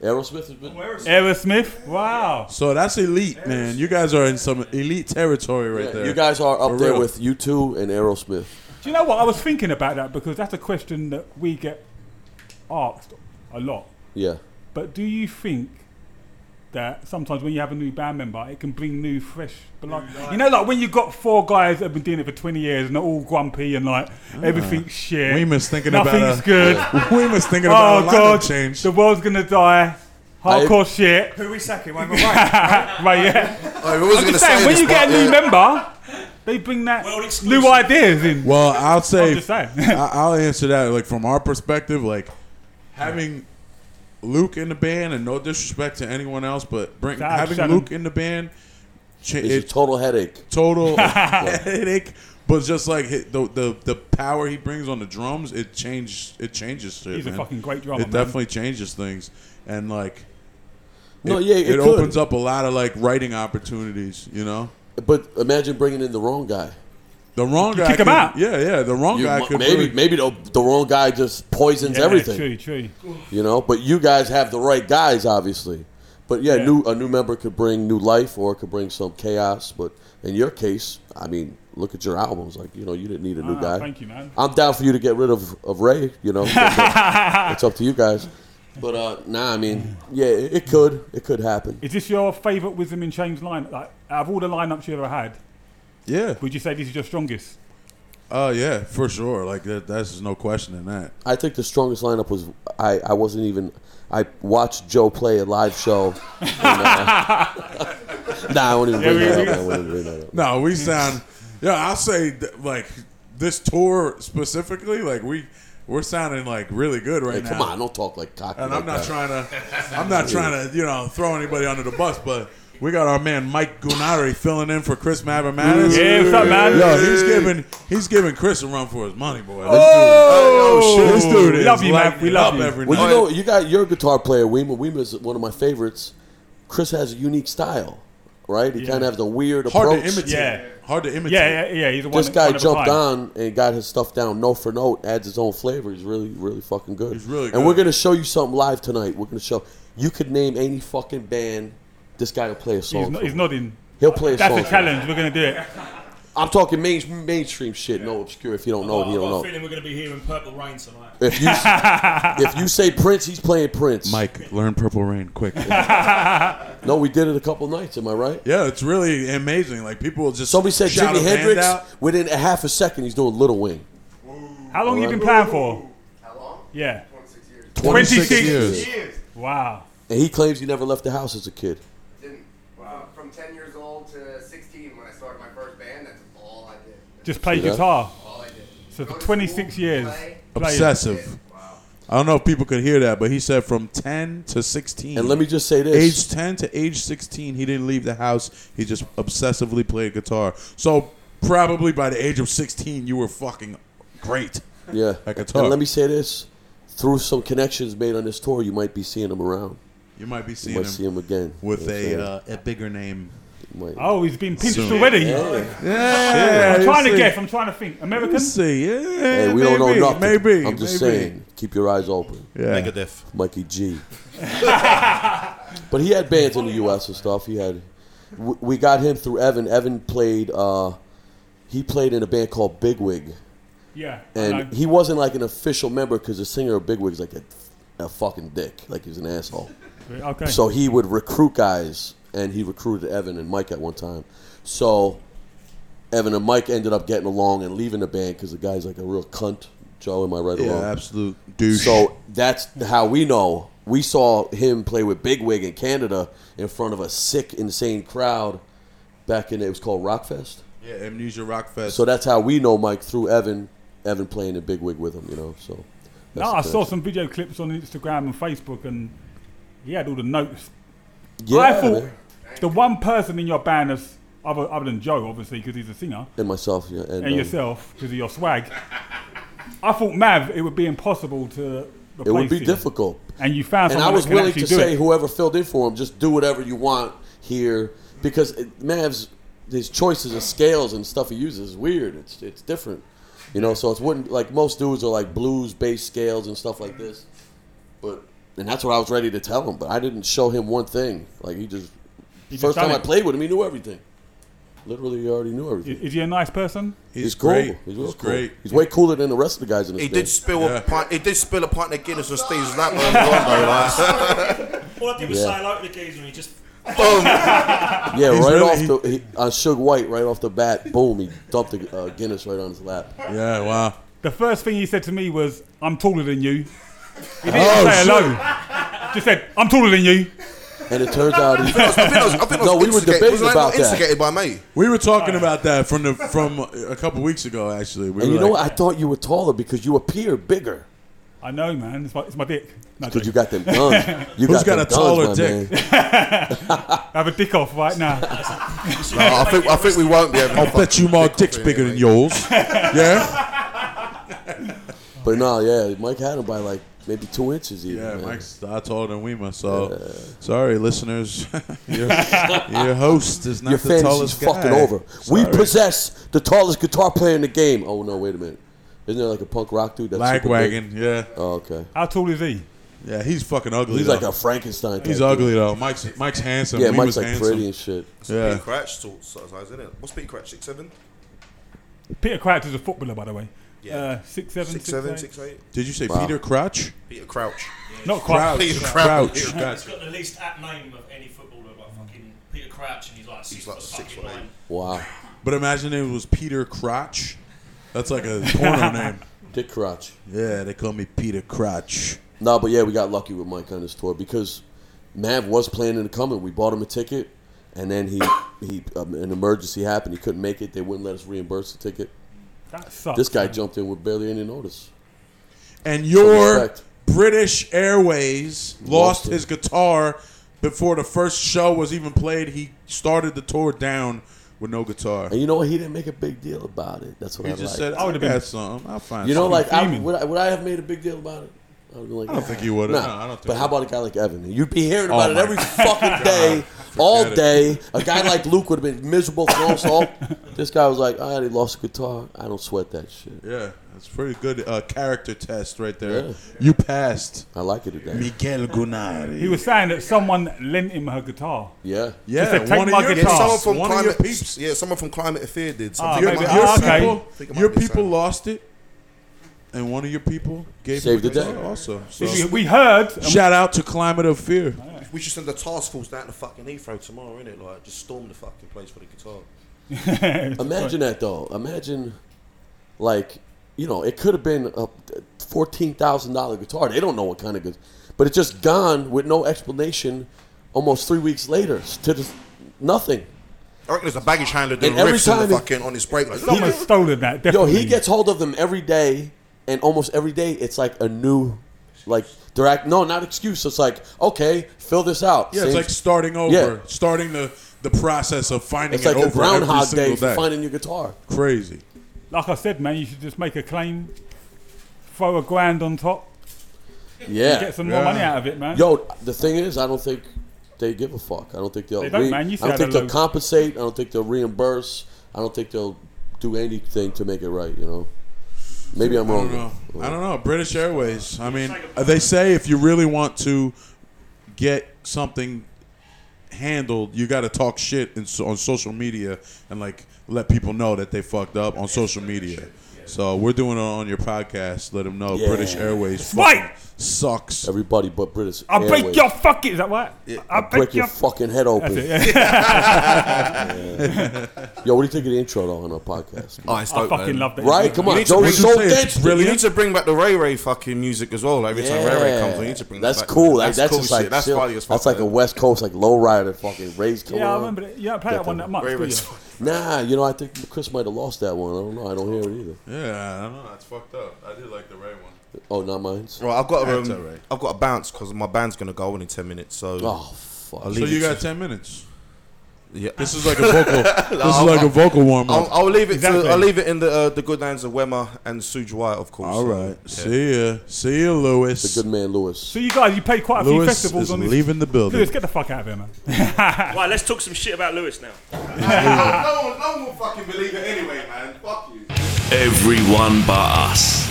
F: Aerosmith has been.
B: Aerosmith. Wow.
G: So that's elite, man. You guys are in some elite territory right
F: Yeah,
G: there.
F: You guys are up
G: For
F: there
G: real.
F: with you two and Aerosmith.
B: Do you know what? I was thinking about that because that's a question that we get asked a lot.
F: Yeah.
B: But do you think that sometimes when you have a new band member, it can bring new, fresh blood? you know, like when you got four guys that have been doing it for 20 years and they're all grumpy and like everything's shit.
G: We was thinking about
B: Nothing's
G: a-
B: good.
G: We was thinking
B: Oh,
G: about a lineup
B: change. The world's going to die. Hardcore shit.
I: Who we sacking? Wayne
B: right, yeah.
C: Oh, I was
B: I'm
C: gonna
B: just
C: say
B: saying, when
C: this,
B: you get a
C: but,
B: new
C: yeah.
B: member, they bring that new ideas in.
G: Well, I'll say,
B: I'm just saying.
G: I- I'll answer that like from our perspective, like having Luke in the band, and no disrespect to anyone else, but bring,
B: Nah,
G: having
B: shut him.
G: Luke in the band, cha-
F: It's a total headache.
G: Total
F: Yeah.
G: headache. But just like hit the, the the power he brings on the drums, it changes it changes shit.
B: He's a
G: man.
B: fucking great drummer,
G: It
B: man.
G: definitely changes things, and like,
F: No,
G: it-
F: yeah, it
G: it
F: could.
G: opens up a lot of like writing opportunities. You know,
F: But imagine bringing in the wrong guy.
G: the wrong guy
F: kick him
G: could-
F: out.
G: Yeah, yeah, the wrong
F: You
G: guy
F: mu-
G: could
F: maybe
G: really-
F: maybe the, the wrong guy just poisons
B: Yeah,
F: everything.
B: true, true.
F: You know, but you guys have the right guys, obviously. But yeah,
B: Yeah.
F: new a new member could bring new life or it could bring some chaos. But in your case, I mean, look at your albums. Like you know, you didn't need a new
B: Ah,
F: guy.
B: thank you, man.
F: I'm down for you to get rid of of Ray. You know, uh, it's up to you guys. But uh, nah, I mean, yeah, it, it could it could happen.
B: Is this your favourite Wisdom in Chains line? Like, out of all the lineups you ever had,
G: yeah.
B: would you say this is your strongest?
G: Oh yeah, for sure. Like that, that's just no question in that.
F: I think the strongest lineup was I. I wasn't even. I watched Joe play a live show. and, uh, nah, I won't even
G: Yeah,
F: bring
G: we-
F: that
G: we-
F: up. I won't even bring that up.
G: No,
B: Hmm.
G: we sound. Yeah, I'll say th- like this tour specifically. Like we we're sounding like really good right
F: Hey,
G: now.
F: come on, don't talk like cocky
G: And
F: like
G: I'm not
F: that.
G: trying to. I'm not trying to you know throw anybody under the bus, but We got our man Mike Gunari filling in for Chris Mavromatis.
B: Yeah, what's up, man?
G: Yo, he's giving he's giving Chris a run for his money, boy. This
B: Oh!
G: dude, this dude
B: We
G: is
B: love you, man.
G: lighting
B: We
G: it
B: love
G: up
B: you.
G: every
F: Well,
G: night.
F: you know, you got your guitar player Weema. Weema's one of my favorites. Chris has a unique style, right? He kind of has a weird
G: hard
F: approach.
G: to imitate.
B: Yeah.
G: Hard to imitate.
B: Yeah, yeah, yeah. He's the one.
F: This guy
B: one of a
F: jumped
B: kind.
F: on and got his stuff down note for note, adds his own flavor. He's really, really fucking good.
G: He's really
F: And we're
G: good.
F: gonna show you something live tonight. We're gonna show you could name any fucking band. This guy will play a
B: He's,
F: song.
B: no,
F: for
B: he's
F: you.
B: nodding.
F: He'll play a
B: That's
F: song.
B: a
F: for you.
B: challenge. We're gonna do it.
F: I'm talking main, mainstream shit, no obscure. If you don't know it,
E: I've
F: you
E: got a
F: don't know.
E: feeling we're going to be hearing Purple Rain tonight.
F: If you if you say Prince, he's playing Prince.
G: Mike, learn Purple Rain quick.
F: No, we did it a couple nights. Am I right?
G: yeah, it's really amazing. Like people will just
F: Somebody said
G: shout
F: Jimi
G: a band
F: Hendrix.
G: out.
F: Within a half a second, he's doing Little Wing.
B: How long you been playing for? How long? Yeah.
G: 26
B: 26
G: years.
B: Wow.
F: And he claims he never left the house as a kid.
K: Didn't. Wow. From 10 years old to 16 when I started my first band, that's all I did.
B: Just play
F: that?
B: guitar.
K: All I did.
B: So
K: Go
B: for
K: to
B: 26
K: school,
B: years.
K: play.
B: play it.
G: Obsessive. I don't know if people could hear that, but he said from 10 to 16.
F: And let me just say this.
G: Age 10 to age 16, he didn't leave the house. He just obsessively played guitar. So probably by the age of 16, you were fucking great.
F: Yeah.
G: I could
F: And
G: talk.
F: let me say this. Through some connections made on this tour, you might be seeing him around.
G: You might be
F: You
G: seeing
F: might
G: him
F: see him again.
G: with
F: You know what I'm
G: a,
F: saying?
G: uh, a bigger name.
F: You might-
B: Oh, he's been pinched
G: Soon.
B: already.
G: Yeah,
B: I'm trying to
G: see.
B: guess. I'm trying to think. American?
G: Let's see. Yeah,
F: Hey, we
G: maybe,
F: don't know nothing.
G: Maybe.
F: I'm just
G: maybe.
F: saying, keep your eyes open.
G: Yeah.
C: Megadeth.
F: Mikey G. but he had bands in the U.S. and stuff. He had. w- We got him through Evan. Evan played. Uh, he played in a band called Bigwig,
B: Yeah. I
F: and
B: know.
F: he wasn't like an official member because the singer of Bigwig is like a, a fucking dick, like he was an asshole.
B: okay.
F: So he would recruit guys, and he recruited Evan and Mike at one time. So Evan and Mike ended up getting along and leaving the band because the guy's like a real cunt. Joe, am I right or
G: Yeah,
F: wrong?
G: absolute douche.
F: So that's how we know. We saw him play with Big Wig in Canada in front of a sick, insane crowd back in it was called Rockfest.
G: yeah, Amnesia Rock Fest.
F: So that's how we know Mike through Evan, Evan playing in Big Wig with him. You know, so.
B: No,
F: that's
B: I
F: the
B: saw
F: connection.
B: some video clips on Instagram and Facebook, and he had all the notes.
F: Yeah,
B: I thought
F: man.
B: the one person in your band that's other, other than Joe, obviously, because he's a singer,
F: and myself, yeah, and,
B: and
F: um,
B: yourself because of your swag. I thought Mav, it would be impossible to. Replace
F: It would be
B: him.
F: difficult.
B: And you found
F: and
B: someone
F: I was
B: that can
F: willing
B: actually
F: to
B: do
F: say,
B: it.
F: whoever filled in for him, just do whatever you want here, because it- Mav's his choices of scales and stuff he uses is weird. It's it's different, you know. So it's wouldn't like most dudes are like blues based scales and stuff like this, but and that's what I was ready to tell him, but I didn't show him one thing. Like he just
B: just
F: first time
B: done
F: I
B: it.
F: played with him, he knew everything. Literally, he already knew everything.
B: Is, is he a nice person?
G: he's,
F: He's cool.
G: great.
F: He's,
G: He's,
F: real cool.
G: great.
F: He's way cooler than the rest of the guys in the
C: He did
F: stage.
C: spill a pint. He did spill a pint of Guinness on stage. That one, though, like.
E: All I did was
F: Yeah.
E: say hello to the geezer and he just.
F: Yeah, right
G: really-
F: off the he, on Suge White, right off the bat, boom, he dumped the uh, Guinness right on his lap.
G: Yeah, wow.
B: The first thing he said to me was, "I'm taller than you." He didn't
G: Oh,
B: say hello. Just said, "I'm taller than you."
F: And it turns out he,
C: I think that was, I think that was
F: No, we were
C: instigated-
F: debating
C: wasn't that
F: about
C: not
F: that.
C: instigated by me.
G: We were talking about that from the from a couple weeks ago, actually. We
F: and
G: were
F: you know
G: like,
F: what? I thought you were taller because you appear bigger
B: I know, man. It's my, it's my dick. No,
F: because
B: joke.
F: you got them guns. You
G: Who's
F: them
G: got a
F: guns,
G: taller
F: my
G: dick?
F: man.
B: I have a dick off right now.
C: No, I think I think we won't be able. to
G: I'll bet you my dick's bigger than yours. Yeah?
F: But no, yeah, Mike had him by like maybe two inches even.
G: Yeah,
F: man.
G: Mike's a lot taller than Weema, so sorry, listeners. your, your host is not
F: Your
G: the
F: fantasy's
G: tallest guy.
F: fucking over.
G: Sorry.
F: We possess the tallest guitar player in the game. Oh no, wait a minute. Isn't there like a punk rock dude that's super big?
G: Lagwagon, yeah.
F: Oh, okay.
B: How tall is he?
G: Yeah, he's fucking ugly.
F: He's
G: though.
F: like a Frankenstein. type
G: He's
F: dude.
G: ugly though. Mike's Mike's handsome.
F: Yeah,
G: Weema's
F: Mike's like
G: handsome.
F: pretty and shit.
G: Yeah.
C: Peter Crouch sort of size, isn't it? What's Peter Crouch? Six seven,
B: Peter Crouch is a footballer, by the way.
C: Yeah.
B: Uh, six seven,
C: six
B: six
C: seven,
B: eight.
C: six eight.
G: Did you say
F: Wow.
G: Peter Crouch?
C: Peter Crouch.
B: Not quite.
C: Peter
G: Crouch.
C: Crouch.
E: He's got the least apt name of any footballer, like fucking Peter Crouch, and he's like six
C: like
E: foot
C: six
E: fucking
C: foot eight.
E: nine.
F: Wow.
G: But imagine it was Peter Crotch. That's like a porno name.
F: Dick crotch.
G: Yeah, they call me Peter Crotch.
F: No, but yeah, we got lucky with Mike on this tour because Mav was planning to come and we bought him a ticket, and then he he um, an emergency happened. He couldn't make it. They wouldn't let us reimburse the ticket.
B: That sucks.
F: This guy jumped in with barely any notice.
G: And your
F: Respect.
G: British Airways lost
F: it.
G: his guitar before the first show was even played, he started the tour down with no guitar.
F: And you know what? He didn't make a big deal about it. That's what
G: He
F: I
G: just
F: like.
G: said, "I would've been- I got something. I'll find
F: You know,
G: something."
F: like I,
G: Fuming.
F: would, I, would I have made a big deal about it? I would be like,
G: I don't
F: "Nah."
G: think you would've.
F: Nah.
G: No, I don't think
F: but how about a guy like Evan? You'd be hearing
G: Oh
F: about it
G: my
F: every fucking day, all day. A guy like Luke would have been miserable from salt. This guy was like, I already lost a guitar. I don't sweat that shit.
G: Yeah, that's pretty good uh, character test right there.
F: Yeah.
G: You passed.
F: I like it today.
G: Miguel Gunari.
B: He was saying that someone lent him her guitar.
F: Yeah.
B: He said, take my
C: Yeah,
B: guitar.
C: someone from climate, yeah, someone from climate affair did.
B: Ah,
C: Something
B: maybe-
C: like
B: ah,
C: that.
B: okay.
C: People-
B: I
C: think it might
G: your
C: be
G: people
C: something.
G: lost it, and one of your people gave
F: Saved
G: him
F: the
G: guitar
F: day.
G: Also,
C: We-
B: we heard-
G: Shout out to Climate of Fear.
B: Oh,
C: We should send the task force down to fucking Heathrow tomorrow, innit? Like, just storm the fucking place for the guitar.
F: Imagine that though. Imagine, like, you know, it could have been a fourteen thousand dollar guitar. They don't know what kind of good, but it's just gone with no explanation. Almost three weeks later, to the, nothing.
C: I reckon there's a baggage handler doing
F: And every
C: riffs on
F: time
C: the
F: he-
C: fucking on his break. Like,
F: Someone
B: stolen that.
F: Yo, he gets hold of them every day, and almost every day it's like a new, like direct. No, not excuse. It's like okay, fill this out.
G: Yeah, it's
F: Same-
G: like starting over,
F: Yeah,
G: starting the the process of finding
F: it's
G: it
F: like
G: over
F: a Groundhog
G: every single
F: Day for
G: day.
F: finding your guitar.
G: Crazy.
B: Like I said, man, you should just make a claim, throw a grand on top.
F: Yeah,
B: You get some more money out of it, man.
F: Yo, the thing is, I don't think they give a fuck. I don't think they'll.
B: They don't,
F: re-
B: man. You see
F: I
B: how
F: don't think
B: they
F: they'll
B: look.
F: compensate. I don't think they'll reimburse. I don't think they'll do anything to make it right. You know, maybe I'm
G: I
F: wrong.
G: don't know. I don't know. British Airways. I mean, they say if you really want to get something handled, you got to talk shit in, so- on social media and like let people know that they fucked up on social media. So we're doing it on your podcast. Let them know
F: Yeah.
G: British Airways
B: Right.
G: fucking sucks.
F: Everybody but British.
B: I'll break your fucking. Is that right? I'll,
F: break, your, fucking head open.
B: That's it, yeah.
F: Yeah. Yo, what do you think of the intro though on our podcast?
C: Oh, it's dope, man.
F: Right? Come
C: You
F: on,
C: need to
F: Joe
C: bring-
F: was so
C: you
F: dense.
C: need- You need to bring back the Ray Ray fucking music as well. Every time Ray Ray comes, we need to bring that
F: That's
C: back.
F: cool. Like, that's
C: cool
F: just
C: shit.
F: like
C: that's
F: chill.
C: funny as fuck.
F: That's like a West Coast like lowrider fucking race. Come
B: Yeah, I
F: on.
B: remember that. You don't play that one that much, do you?
F: Nah, you know I think Chris might have lost that one. I don't know. I don't hear it either.
G: Yeah, I don't know. That's fucked up. I did like the Ray one.
F: Oh, not mine.
C: Right, I've got
G: That's
C: to, um,
G: alright.
C: I've got to bounce because my band's gonna go on in ten minutes. So
F: Oh, fuck.
C: I'll
G: So
C: leave
G: you
C: it
G: got
C: to-
G: ten minutes.
C: Yeah.
G: This is like a vocal. this
C: No,
G: is
C: I'll-
G: like a
C: I'll-
G: vocal warm
C: I'll,
G: up.
C: I'll leave it.
B: Exactly.
C: To, I'll leave it in the uh, the good lands of Wemma and Sue Dwight, of course.
G: All
C: So,
G: right.
C: yeah.
G: See ya. See ya, Lewis.
F: The good man, Lewis.
B: So you guys, you played quite a few
G: Lewis
B: festivals
G: is
B: on this.
G: leaving the building.
B: Lewis, get the fuck out of here, man.
E: right, let's talk some shit about Lewis now.
F: Ah.
C: no, one, no one will fucking believe it anyway, man. Fuck you.
A: Everyone but us.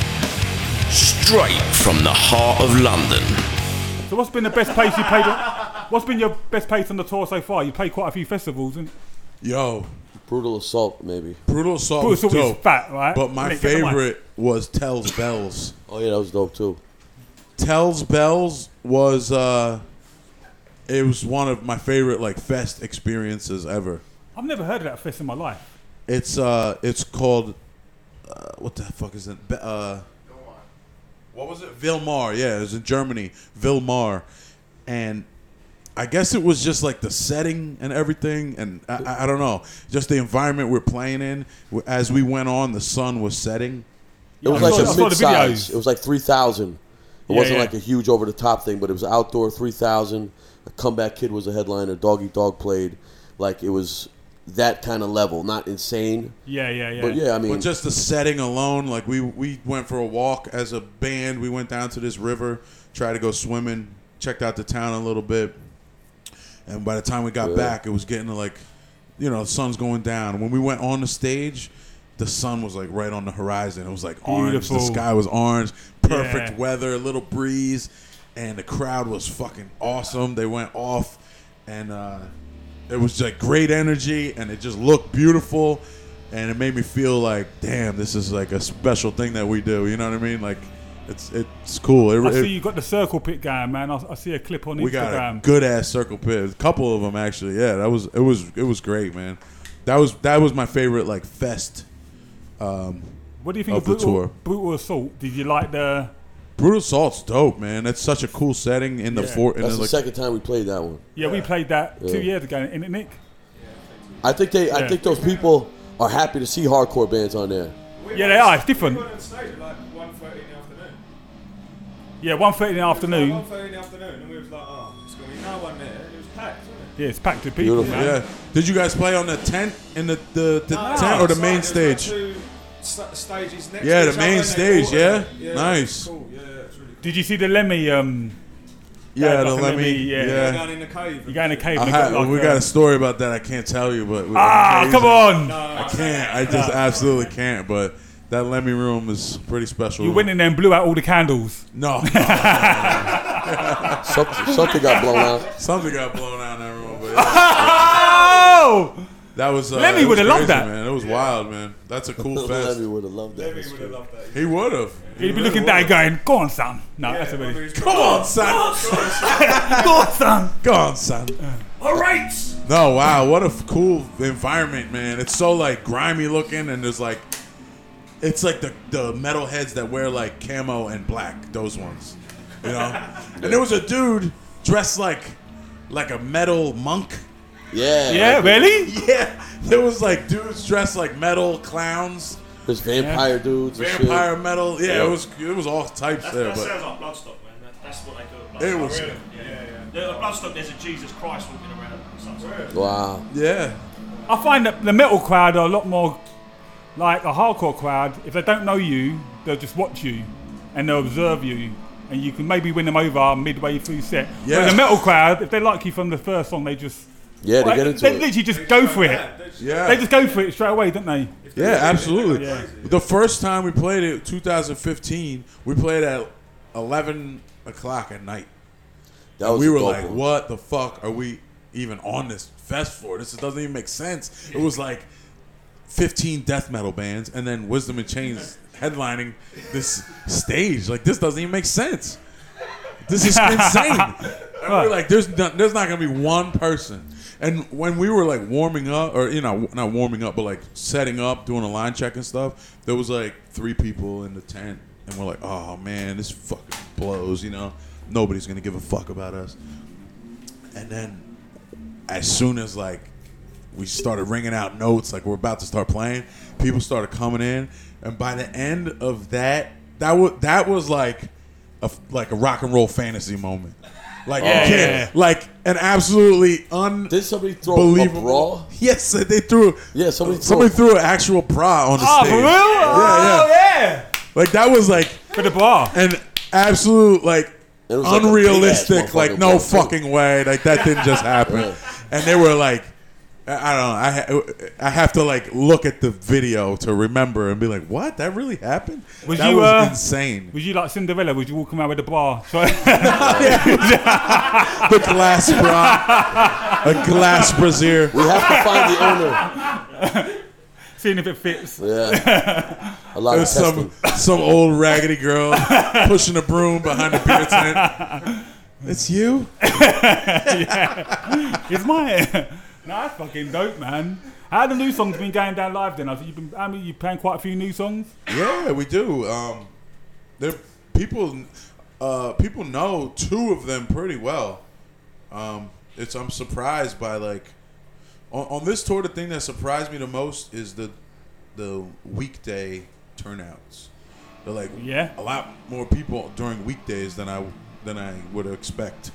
A: Straight from the heart of London.
B: So what's been the best place you played? On, what's been your best place on the tour so far? You played quite a few festivals, and
G: Yo,
F: Brutal assault, maybe.
G: brutal assault.
B: Brutal
G: was
B: Assault is
G: dope,
B: fat, right?
G: But my
B: Nick, get the mic.
G: favorite was Tell's Bells.
F: Oh yeah, that was dope too.
G: Tell's Bells was uh, it was one of my favorite like fest experiences ever.
B: I've never heard of that fest in my life.
G: It's uh, it's called uh, what the fuck is it? Be- Uh, what was it? Vilmar. Yeah, it was in Germany. Vilmar, and I guess it was just like the setting and everything, and I- I, I don't know, just the environment we're playing in. As we went on, the sun was setting.
F: It was
B: I saw- I
F: like
B: saw
F: a
B: the
F: mid size.
B: videos.
F: It was like three thousand. It
B: Yeah,
F: wasn't
B: yeah.
F: like a huge over the top thing, but it was outdoor three thousand. A comeback kid was a headliner. Doggy Dog played. Like it was that kind of level, not insane.
B: Yeah, yeah, yeah.
F: But yeah, I mean,
G: But just the setting alone, like we we went for a walk as a band. We went down to this river, tried to go swimming, checked out the town a little bit, and by the time we got
F: Yeah.
G: back, it was getting to like, you know, the sun's going down. When we went on the stage, the sun was like right on the horizon. It was like orange. The
B: Beautiful.
G: sky was orange. Perfect
B: Yeah.
G: weather, a little breeze, and the crowd was fucking awesome. They went off, and uh, it was like great energy, and it just looked beautiful, and it made me feel like, damn, this is like a special thing that we do. You know what I mean? Like, it's it's cool. It-
B: I see
G: it-
B: you got the circle pit going, man. I, I see a clip on
G: we got a
B: Instagram.
G: good ass circle pit. A couple of them actually. Yeah, that was it was it was great, man. That was that was my favorite like fest. Um,
B: What do you think
G: of
B: of,
G: the
B: brutal,
G: tour?
B: brutal assault? Did you like the?
G: Brutal Salt's dope, man. That's such a cool setting in the
B: Yeah.
G: fort. in
F: that's the
G: like,
F: second time we played that one.
B: Yeah, we played that
F: Yeah.
B: two years ago, in it, Nick?
F: I think they. I
B: Yeah.
F: think those people are happy to see hardcore bands on there.
B: Yeah, they are. It's different.
I: We went on stage at like 1.30 in the afternoon.
B: Yeah, one thirty in the
I: It was like
B: afternoon.
I: 1.30 in the afternoon, and we was like, oh, There's going to be no one there. It was packed, wasn't it?
B: Yeah, it's packed with people, man.
G: Yeah. Did you guys play on the tent in the the, the
I: No,
G: tent or the
I: outside,
G: main
I: there's like
G: stage?
I: two sta- stages next
G: Yeah,
I: to
G: the
I: each
G: main
I: other and they
G: stage,
I: walk
G: yeah?
I: around. Yeah,
G: Nice.
I: it's Cool. Yeah, it's really
B: Did you see the Lemmy? Um,
G: Yeah,
B: guy
G: the
B: fucking
G: Lemmy,
B: Yeah,
G: yeah.
I: Going in the cave.
B: You go in the cave.
G: I
B: and
G: had,
B: got like
G: we
B: a-
G: got a story about that. I can't tell you, but
B: Ah,
G: it's
B: come on.
G: I can't. I just
B: No.
G: absolutely can't. But that Lemmy room is pretty special.
B: You
G: room.
B: went in there and blew out all the candles.
G: No.
F: Something- something got blown out.
G: Something got blown out in that room. But
B: oh!
G: That was uh,
B: Lemmy
G: it was
B: would've loved
G: crazy,
B: that.
G: Man, it was wild, man. That's a cool fest.
F: Lemmy would have loved that. Lemmy would have
I: loved that.
G: He would have.
B: He'd be looking at that guy and go on, son. No, that's a really.
G: Come on, son.
B: Go on, son.
G: Go on, Oh, son.
E: All right.
G: No, wow, what a f- cool environment, man. It's so like grimy looking, and there's like, it's like the the metalheads that wear like camo and black, those ones, you know. and there was a dude dressed like like a metal monk.
F: Yeah.
B: Yeah, really?
G: Yeah. There was like dudes dressed like metal clowns.
F: There's vampire dudes. and shit.
G: Vampire metal. Yeah,
F: Yeah.
G: it was it was all types
E: That's,
G: there,
E: that
G: but
E: sounds like Bloodstock, man. That, that's what they do. At Bloodstock.
G: It was-
E: Yeah, yeah, yeah. The- At Bloodstock, there's a Jesus Christ walking around. Sometimes.
F: Wow.
G: Yeah.
B: I find that the metal crowd are a lot more like a hardcore crowd. If they don't know you, they'll just watch you and they'll observe you. And you can maybe win them over midway through set.
F: Yeah.
B: But the metal crowd, if they like you from the first song, they just
F: Yeah, they
B: Well,
F: get into
B: they
F: it.
B: literally just go for it.
G: Yeah.
B: They just go for it straight away, don't they?
G: Yeah, absolutely. The first time we played it, 2015, we played at 11 o'clock at night.
F: That
G: And
F: was
G: we
F: a
G: were
F: dope
G: like,
F: one.
G: what the fuck are we even on this fest for? This doesn't even make sense. It was like 15 death metal bands and then Wisdom and Chains headlining this stage. Like, this doesn't even make sense. This is insane. And we're like, there's not, there's not gonna be one person. And when we were like warming up, or you know, not warming up, but like setting up, doing a line check and stuff, there was like three people in the tent, and we're like, oh man, this fucking blows. You know, nobody's gonna give a fuck about us. And then, as soon as like we started ringing out notes, like we're about to start playing, people started coming in, and by the end of that, that was that was like a f- like a rock and roll fantasy moment. Like
F: Yeah.
G: you can't- like an absolutely un.
F: Did somebody throw
G: believable.
F: a bra?
G: Yes, they threw.
F: Yeah, somebody.
G: Somebody
F: threw.
G: threw an actual bra on the
B: Oh,
G: stage.
B: for real?
G: Yeah,
B: Oh,
G: yeah.
B: yeah.
G: Like that was like
B: For the bar.
G: an absolute
F: was like
G: like
F: a big-ass
G: unrealistic. Like,
F: motherfucking
G: no
F: bra, too.
G: fucking way. Like that didn't just happen. And they were like, I I don't know. I ha- I have to like look at the video to remember and be like, what? That really happened?
B: Was
G: that
B: you,
G: was
B: uh,
G: insane.
B: Would you like Cinderella? Would you walk around with a bra? So,
G: The glass bra, a glass brazier.
F: We have to find the owner.
B: seeing if it fits.
F: Yeah. A lot of
G: There's
F: testing.
G: some some old raggedy girl pushing a broom behind a beer tent. It's you.
B: It's mine. nah, that's fucking dope, man. How the new songs been going down live then? I think you've been, I mean, you playing quite a few new songs.
G: Yeah, we do. Um, there people uh, people know two of them pretty well. Um, it's I'm surprised by like on, on this tour. The thing that surprised me the most is the the weekday turnouts. They're like
B: Yeah.
G: a lot more people during weekdays than I than I would expect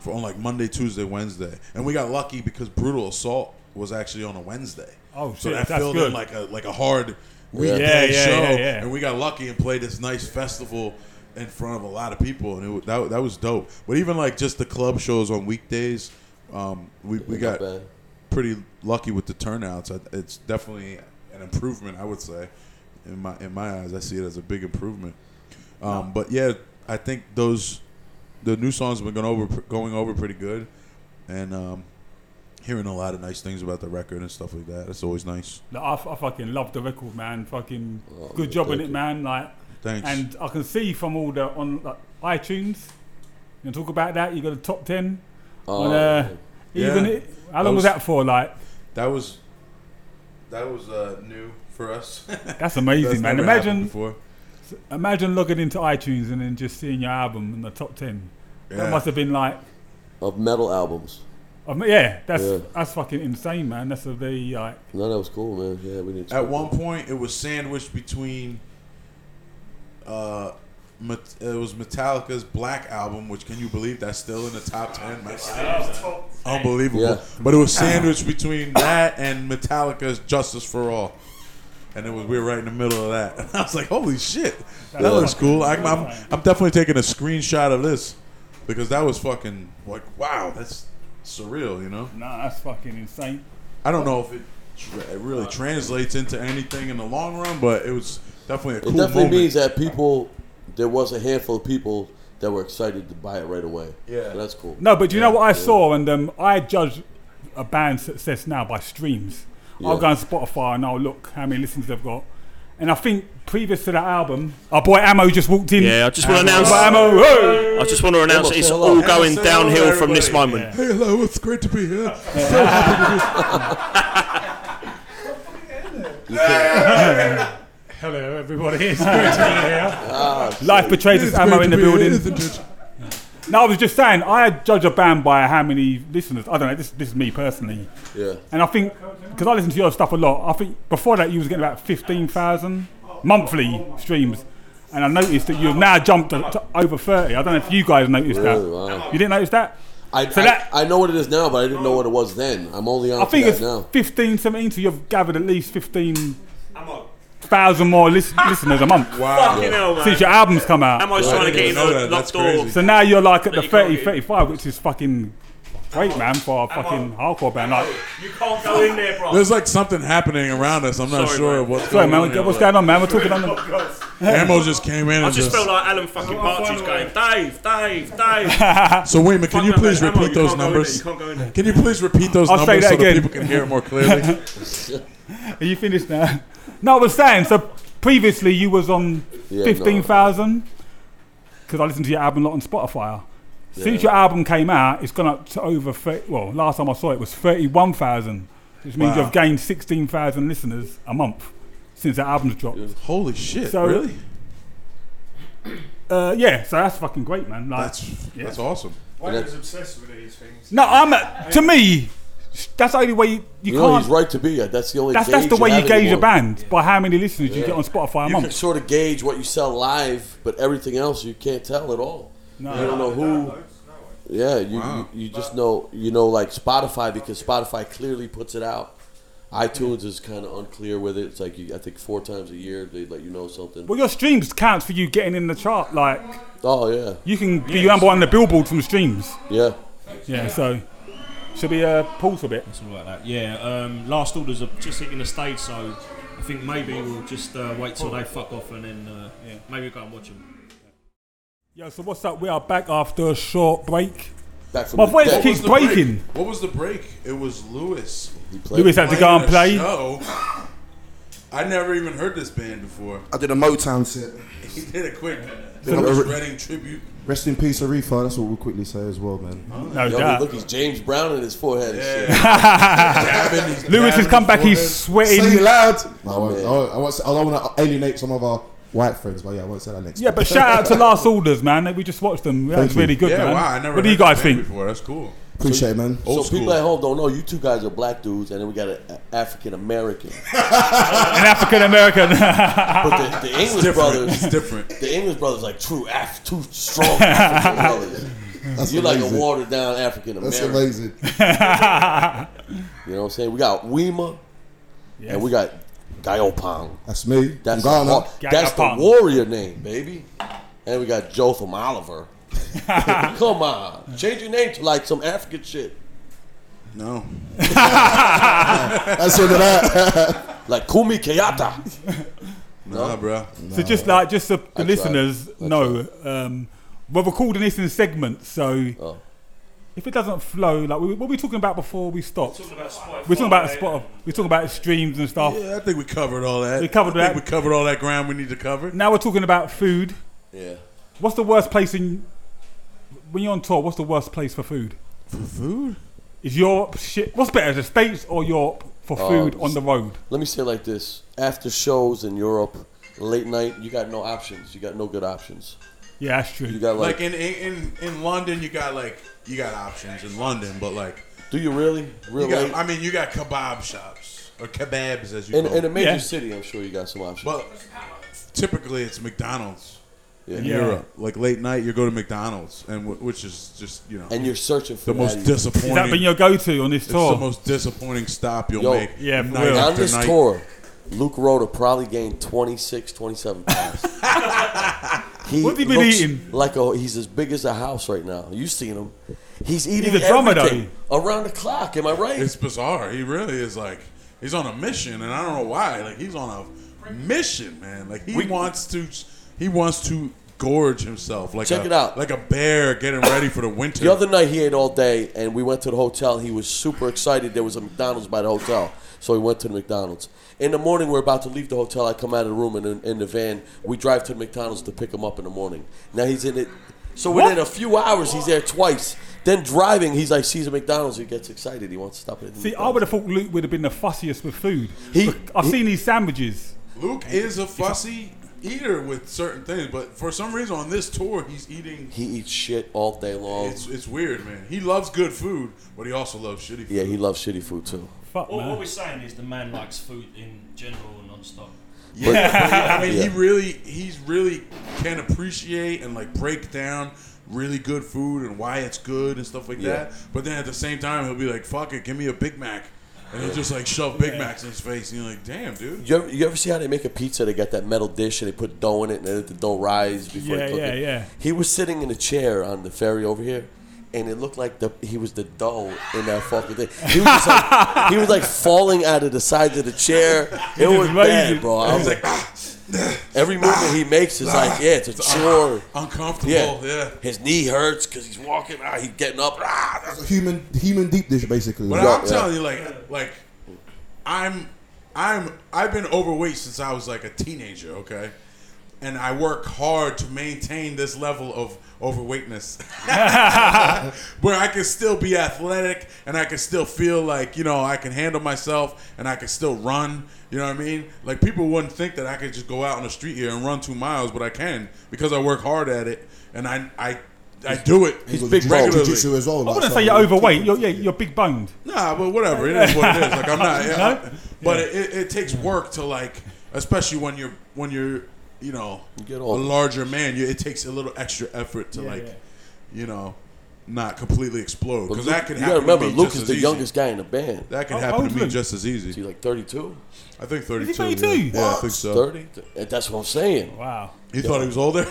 G: for on like Monday, Tuesday, Wednesday. And we got lucky because Brutal Assault was actually on a Wednesday.
B: Oh,
G: so
B: shit,
G: that
B: that's
G: filled
B: good.
G: in like a uh, like a hard
F: Yeah,
G: weekday
B: yeah,
G: show,
B: yeah, yeah.
G: and we got lucky and played this nice festival in front of a lot of people, and it, wa- that that was dope. But even like just the club shows on weekdays, um, we we
F: Not
G: got
F: bad.
G: pretty lucky with the turnouts. I- It's definitely an improvement, I would say. In my in my eyes, I see it as a big improvement. Um, But yeah, I think those the new songs have been going over going over pretty good, and um, hearing a lot of nice things about the record and stuff like that. It's always nice.
B: Like, I, f- I fucking love the record, man. Fucking
F: Oh,
B: good job on
F: thank
B: it,
F: you.
B: man. Like,
G: Thanks.
B: and I can see from all the on like, iTunes. You can talk about that. You got a top ten
F: Oh,
B: on uh,
G: yeah.
B: even.
G: Yeah.
B: It, how long was,
G: was-
B: that for? Like,
G: that was that was uh, new for us.
B: that's amazing,
G: That's
B: man.
G: never happened
B: Imagine,
G: before.
B: imagine logging into iTunes and then just seeing your album in the top ten.
G: Yeah.
B: That must have been like,
F: of metal albums.
B: I mean, yeah, that's
F: Yeah.
B: that's fucking insane, man. That's a very like,
F: No, that was cool, man. Yeah, we didn't.
G: At one point, it was sandwiched between uh, Met- it was Metallica's Black album, which can you believe that's still in the top ten? Metal albums?
E: Top ten.
G: Unbelievable.
E: Yeah.
G: But it was sandwiched between that and Metallica's Justice for All. And it was we were right in the middle of that. And I was like, "Holy shit, that
C: Yeah.
G: looks cool!" I, I'm, I'm definitely taking a screenshot of this because that was fucking like, wow, that's surreal, you know.
B: Nah, that's fucking insane.
G: I don't know if it, tra- it really translates into anything in the long run, but it was definitely a
F: It
G: cool
F: definitely
G: moment.
F: means that people, there was a handful of people that were excited to buy it right away.
G: Yeah.
F: So that's cool.
B: No, but do you know what I
F: Yeah.
B: saw? And um, I judge a band's success now by streams. I'll
F: Yeah.
B: go on Spotify and I'll look how many listens they've got. And I think previous to that album, our boy Ammo just walked in.
A: Yeah, I just want to
B: Ammo,
A: announce.
B: Ammo, hey!
A: I just want to announce it's
B: hello.
A: all
B: Ammo,
A: going
B: say hello,
A: downhill from this
B: everybody.
A: moment.
G: Hey, hello, it's great to be here. So happy to be
B: Hello, everybody. It's great to be here. Life betrays us. Ammo in the building. No, I was just saying, I judge a band by how many listeners. I don't know. This, this is me personally.
F: Yeah.
B: And I think because I listen to your stuff a lot, I think before that you was getting about fifteen thousand monthly streams, and I noticed that you've now jumped to, to over thirty. I don't know if you guys noticed that.
F: Really? Wow.
B: You didn't notice that?
F: I,
B: So
F: I,
B: that-
F: I know what it is now, but I didn't know what it was then. I'm only on
B: I think
F: that
B: it's
F: now.
B: 15, 17, So you've gathered at least fifteen thousand more lis- listeners a month.
G: Wow.
A: Fucking hell, man.
B: Since your albums come out.
A: Am I trying to get in the locked door?
B: So now you're like at
A: But
B: the
A: you can't
B: 30,
A: get-
B: 35, which is fucking great, man, for a fucking hardcore band. Like,
A: You can't go in there,
G: here. There's like something happening around us. I'm not
A: Sorry,
G: sure
A: man.
G: what's
B: Sorry,
G: going
B: man,
G: on. here,
B: what's
G: but-
B: going on, man? We're talking on the.
G: Ammo just came in.
A: I
G: And
A: just
G: just
A: felt like Alan fucking Partridge going, Dave, Dave, Dave.
G: so Wayman, can you
A: Fuck that,
G: please
A: man. Ammo,
G: repeat
A: you can't go
G: those
A: in
G: numbers?
A: there, you can't go in there.
G: Can you please repeat those
B: I'll say
G: numbers
B: that
G: so that
B: again.
G: people can hear it more clearly?
B: Are you finished now? No, I was saying. So previously you was on
G: Yeah,
B: fifteen thousand because I listened to your album a lot on Spotify. Since
G: Yeah.
B: your album came out, it's gone up to over. 30, well, last time I saw it was thirty-one thousand, which means
G: Wow.
B: you've gained sixteen thousand listeners a month since the album's dropped.
G: Holy shit!
B: So-
G: really?
B: Uh, yeah, so that's fucking great, man. Like,
G: That's
B: uh, yeah.
G: that's awesome.
I: Why is obsessed with these things?
B: No, I'm. a- To me, that's the only way you, you
F: You know,
B: can't.
F: he's right to be. That's the only.
B: that's that's
F: gauge
B: the way you
F: have
B: gauge a
F: anymore.
B: band by how many listeners you get on Spotify a
F: You
B: month.
F: can sort of gauge what you sell live, but everything else you can't tell at all.
B: No.
F: you don't know who. Yeah, you,
G: Wow.
F: you you just know you know like Spotify because Spotify clearly puts it out. iTunes is kind of unclear with it. It's like you, I think four times a year they let you know something.
B: Well, your streams counts for you getting in the chart. Like,
F: oh yeah,
B: you can be number one on the billboard from streams.
F: Yeah.
B: Yeah. So, should we uh, pause a bit?
L: Something like that. Yeah, um, last orders are just hitting the stage, so I think maybe we'll just uh, wait till they fuck off and then uh, yeah, maybe go and watch them.
B: Yo, so what's up? We are back after a short break.
F: Back
B: My voice
G: What
B: keeps
G: was the break?
B: breaking.
G: What was the break? It was Lewis.
B: played- Lewis had to go
G: Playing
B: and
G: a
B: play.
G: show. I never even heard this band before.
C: I did a Motown set.
G: He did a quick
C: So-
G: Otis Redding tribute.
J: Rest in peace, Aretha. That's what we'll quickly say as well, man.
B: No
F: Yo,
B: doubt.
F: Look, he's James Brown in his forehead. And shit.
B: Lewis has come back. He's sweating.
J: Say it loud. No, I,
F: My
J: won't, I,
F: man.
J: won't, I, won't say, I don't want to alienate some of our white friends, but yeah, I won't say that next.
B: Yeah, but shout out to Last Orders, man. We just watched them. That
J: Thank
B: was
J: you.
B: really good,
J: Yeah,
B: man.
J: wow, I never
B: what do
J: heard
B: you guys
J: that band
B: think?
G: before. That's cool.
J: Appreciate it, man.
F: so people at home don't know you two guys are black dudes, and then we got an African American.
B: An African American.
F: But the, the English
B: different.
F: brothers,
B: It's different.
F: The English brothers like true Af, two strong African brothers.
B: That's
F: You're like
B: amazing.
F: a watered down African American.
B: That's
J: amazing.
F: you know what I'm saying? We got Wema,
J: Yes.
F: and we got Gayopong.
J: That's me.
F: That's the,
J: From Ghana.
F: wa- that's the
J: Gayopong.
F: warrior name, baby. And we got Jotham Oliver. Come on, change your name to like some African shit.
G: No.
F: That's
J: what it that.
F: like Kumi Kayata.
G: Nah, bro.
B: So just like just so the
F: I
B: listeners
F: tried. I
B: know, um, we're recording this in segments. So
J: Oh.
B: if it doesn't flow, like we, what were we talking about before we stopped? We're talking about Spotify. We're talking about, streams and stuff.
G: Yeah, I think we covered all that.
B: We covered
G: I think
B: that.
G: We covered all that ground we need to cover.
B: Now we're talking about food.
F: Yeah.
B: What's the worst place in when you're on tour? What's the worst place for food? For
G: food?
B: Is Europe shit? What's better, the states or Europe for food
F: Um,
B: on the road?
F: Let me say it like this: after shows in Europe, late night, you got no options. You got no good options.
B: Yeah, that's true.
F: You got like,
G: Like in, in in London, you got like you got options in London, but like,
F: do you really? Really?
G: you got, I mean, you got kebab shops or kebabs as you
F: in,
G: call
F: in a
G: them.
F: major city, I'm sure you got some options.
G: But typically, it's McDonald's. in
F: Yeah.
G: Europe. Like late night, you go to McDonald's, and w- which is just you know,
F: And you're searching for
G: the most
F: that.
G: disappointing.
B: Has that been your go-to on this
G: it's
B: tour?
G: the most disappointing stop you'll
F: Yo,
G: make. night
F: on
G: after
F: this
G: night.
F: tour, Luke Rota probably gained 26, 27 pounds. he
B: What's he been
F: looks
B: eating?
F: Like a, he's as big as a house right now. You seen him? He's eating
G: a drummer, though.
F: everything around the clock. Am I right?
G: It's bizarre. He really is like he's on a mission, and I don't know why. Like he's on a mission, man. Like he wants to, he wants to gorge himself. Like
F: Check
G: a,
F: it out.
G: like a bear getting ready for the winter.
F: The other night he ate all day, and we went to the hotel. He was super excited. There was a McDonald's by the hotel, so he went to the McDonald's. In the morning, we're about to leave the hotel. I come out of the room and in, in the van, we drive to the McDonald's to pick him up in the morning. Now he's in it. So within a few hours, he's there twice. Then driving, he's like sees a McDonald's. He gets excited. He wants to stop it.
B: See, I would have thought Luke would have been the fussiest with food.
F: He-
B: I've
F: he-
B: seen these sandwiches.
G: Luke is a fussy eater with certain things, but for some reason on this tour he's eating.
F: He eats shit all day long.
G: It's it's weird, man. He loves good food, but he also loves shitty. food.
F: yeah, he loves shitty food too.
B: Fuck,
L: All,
F: man.
L: all we're saying is the man likes food in general and non-stop.
G: Yeah, but he- I mean,
F: Yeah.
G: he really, he's really can appreciate and like break down really good food and why it's good and stuff like
F: Yeah.
G: that. But then at the same time, he'll be like, "Fuck it, give me a Big Mac," and he'll just like shove Big Macs in his face, and you're like, "Damn, dude."
F: You ever, you ever see how they make a pizza? They got that metal dish and they put dough in it and they let the dough rise before
B: Yeah,
F: they cook
B: yeah,
F: it.
B: yeah.
F: He was sitting in a chair on the ferry over here, and it looked like the he was the dough in that fucking thing. He was just like, he was like falling out of the sides of the chair. It was bad, bro. I was like,
G: "Ah,
F: every movement he makes is like, yeah, it's a chore.
G: uncomfortable, yeah.
F: His knee hurts because he's walking. Ah, he's getting up. Ah,
J: Human, human deep dish, basically.
G: But I'm telling you, like, like I'm, I'm, I've been overweight since I was like a teenager. Okay, and I work hard to maintain this level of overweightness, where I can still be athletic and I can still feel like you know I can handle myself and I can still run. You know what I mean? Like people wouldn't think that I could just go out on the street here and run two miles, but I can because I work hard at it and I, I, I do it.
J: He's big bro. Jiu-jitsu as well,
B: I wouldn't say you're overweight. You're, yeah, you're big boned.
G: Nah, but whatever. It is what it is. Like I'm not. Yeah,
B: No?
G: But
B: Yeah.
G: It, it, it takes work to like, especially when you're when you're you know
F: get
G: a
F: older.
G: larger man. You, it takes a little extra effort to
F: Yeah,
G: like,
F: yeah.
G: you know, not completely explode
F: But
G: because
F: Luke-
G: that could
F: you
G: happen.
F: gotta remember,
G: to me
F: Luke
G: just
F: is
G: as
F: the
G: easy.
F: youngest guy in the band.
G: That can
F: How- how
G: happen to
F: old's
G: me
F: Luke?
G: just as easy. Is
F: he like 32?
G: I think 32.
F: Is he
G: yeah.
F: 32?
G: Yeah, I think so.
F: 30? That's what I'm saying.
B: Wow.
G: You thought he was older?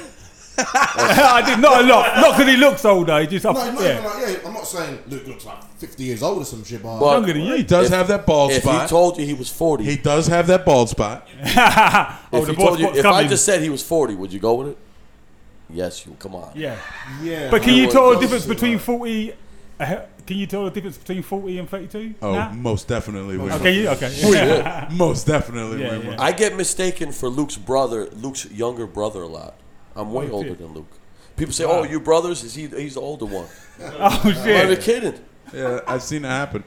B: I did not a lot. Not because he looks older. He just
J: No,
B: up,
J: no, no,
B: yeah.
J: no, yeah, I'm not saying Luke looks like 50 years old or some shit, but
F: But
G: He does have that
B: Oh,
G: bald
F: if
G: spot.
F: he told you he was 40,
G: He does have that bald spot.
F: if,
B: Oh, the
F: he
B: bald
F: told you,
B: spot's
F: if I
B: coming.
F: just said he was 40, would you go with it? Yes, you. Come on.
B: Yeah.
J: Yeah.
B: But can
F: I
B: you
F: would
B: tell
F: go
B: the difference
F: see
B: between 40... uh, Can you tell the difference between 40 and 32?
G: Oh,
B: Nah?
G: most definitely. we
B: Okay, you- okay.
G: We-
B: Yeah.
G: most definitely.
B: Yeah,
G: we
B: yeah.
F: I get mistaken for Luke's brother, Luke's younger brother, a lot. I'm way
B: Oh,
F: older
B: shit.
F: than Luke. People say,
B: Wow.
F: "Oh, you brothers? Is he? He's the older one."
B: Oh, shit.
F: I'm not kidding.
G: Yeah, I've seen it happen.